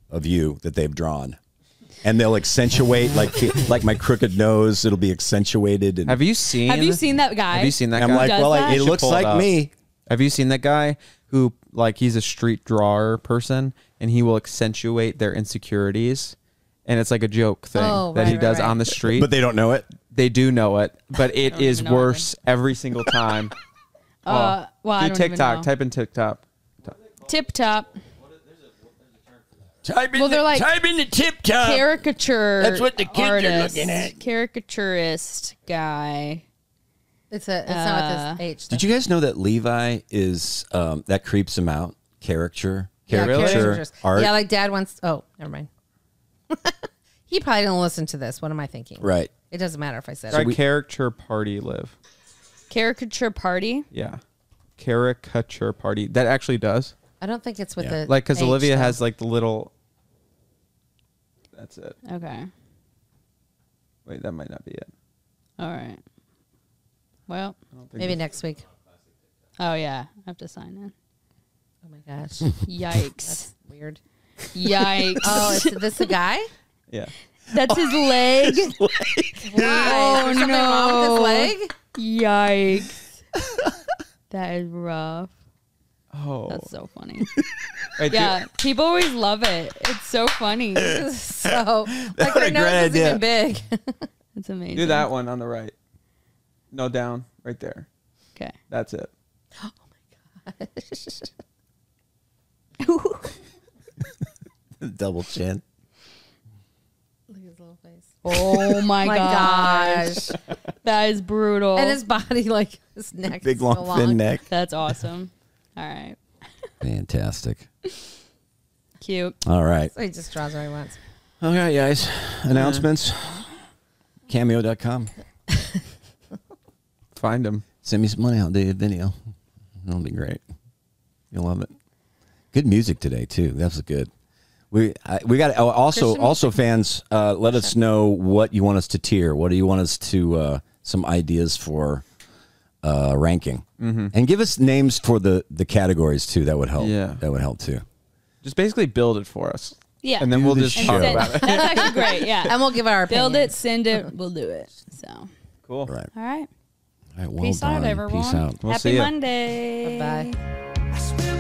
S1: of you that they've drawn. And they'll accentuate like like my crooked nose, it'll be accentuated and
S2: Have you seen
S4: Have you seen that guy?
S2: Have you seen that
S1: I'm
S2: guy?
S1: like,
S4: Does
S1: well,
S4: that?
S1: it, it
S4: Should
S1: looks
S2: pull it
S1: like
S2: up.
S1: me.
S2: Have you seen that guy who like he's a street drawer person and he will accentuate their insecurities? And it's like a joke thing
S5: Oh,
S2: that he
S5: right,
S2: does
S5: right,
S2: on the street.
S1: But they don't know it.
S2: They do know it, but it is
S4: even know
S2: worse every single time.
S4: Uh, well,
S2: do
S4: I don't even
S2: TikTok.
S4: know.
S2: Type in TikTok.
S4: tip top.
S1: Type in
S4: Well, they're like
S1: in the tip top.
S4: caricature.
S1: That's what the kids are
S4: artist,
S1: looking at.
S4: Caricaturist guy.
S5: It's a. It's not at this age.
S1: Did you guys know that Levi is um, that creeps him out? Caricature,
S5: Yeah,
S1: caricature
S5: caricatures.
S1: art.
S5: Yeah, like dad wants. Oh, never mind. he probably didn't listen to this. What am I thinking?
S1: Right.
S5: It doesn't matter if I said
S2: Try
S5: it.
S2: caricature party live.
S4: Caricature party.
S2: Yeah. Caricature party. That actually does.
S5: I don't think it's with the
S2: like because
S5: age,
S2: Olivia
S5: though.
S2: has like the little. That's it.
S4: Okay.
S2: Wait, that might not be it.
S4: All right. Well,
S2: think Maybe it's-
S5: next week.
S4: Oh yeah, I have to sign in.
S5: Oh my gosh!
S4: Yikes!
S5: That's weird.
S4: Yikes!
S5: oh, is this a guy?
S2: Yeah.
S4: That's his leg.
S5: Why?
S4: Oh
S5: Is
S4: no!
S5: there something wrong with his leg?
S4: Yikes! that is rough.
S2: Oh,
S4: that's so funny.
S2: Wait, do-
S4: yeah, people always love it. It's so funny.
S5: so
S2: What their a nose great isn't even idea.
S5: big.
S4: it's amazing.
S2: Do that one on the right. No, down. Right there.
S4: Okay.
S2: That's it.
S1: Double chin.
S5: Look at his little face.
S4: Oh my,
S5: My
S4: gosh.
S5: gosh.
S4: that is brutal.
S5: And his body, like his neck,
S1: Big,
S5: is so
S1: long, thin neck.
S4: That's awesome. All right,
S1: Fantastic.
S4: cute.
S1: All right.
S5: So he just draws where he wants.
S1: All right, guys. Announcements. Cameo.com.
S2: Find them.
S1: Send me some money. I'll do a video. That'll be great. You'll love it. Good music today too. That was good. We I, we got oh, also
S5: Christian
S1: also fans. Uh, let us know what you want us to tier. What do you want us to? Uh, some ideas for uh, ranking,
S2: Mhm.
S1: and give us names for the the categories too. That would help.
S2: Yeah.
S1: that would help too.
S2: Just basically build it for us.
S4: Yeah.
S2: And then
S1: Do
S2: we'll
S1: the
S2: just
S1: show.
S2: talk
S1: And
S2: about it.
S4: That's actually great. Yeah.
S5: And we'll give our
S4: Build it, send it, we'll do it. So, all
S2: Cool.
S1: Right. All
S4: right.
S1: right well
S4: Peace out,
S1: done.
S4: everyone.
S1: Peace out.
S2: We'll
S4: Happy
S2: see ya.
S4: Monday.
S5: Bye.
S10: I smell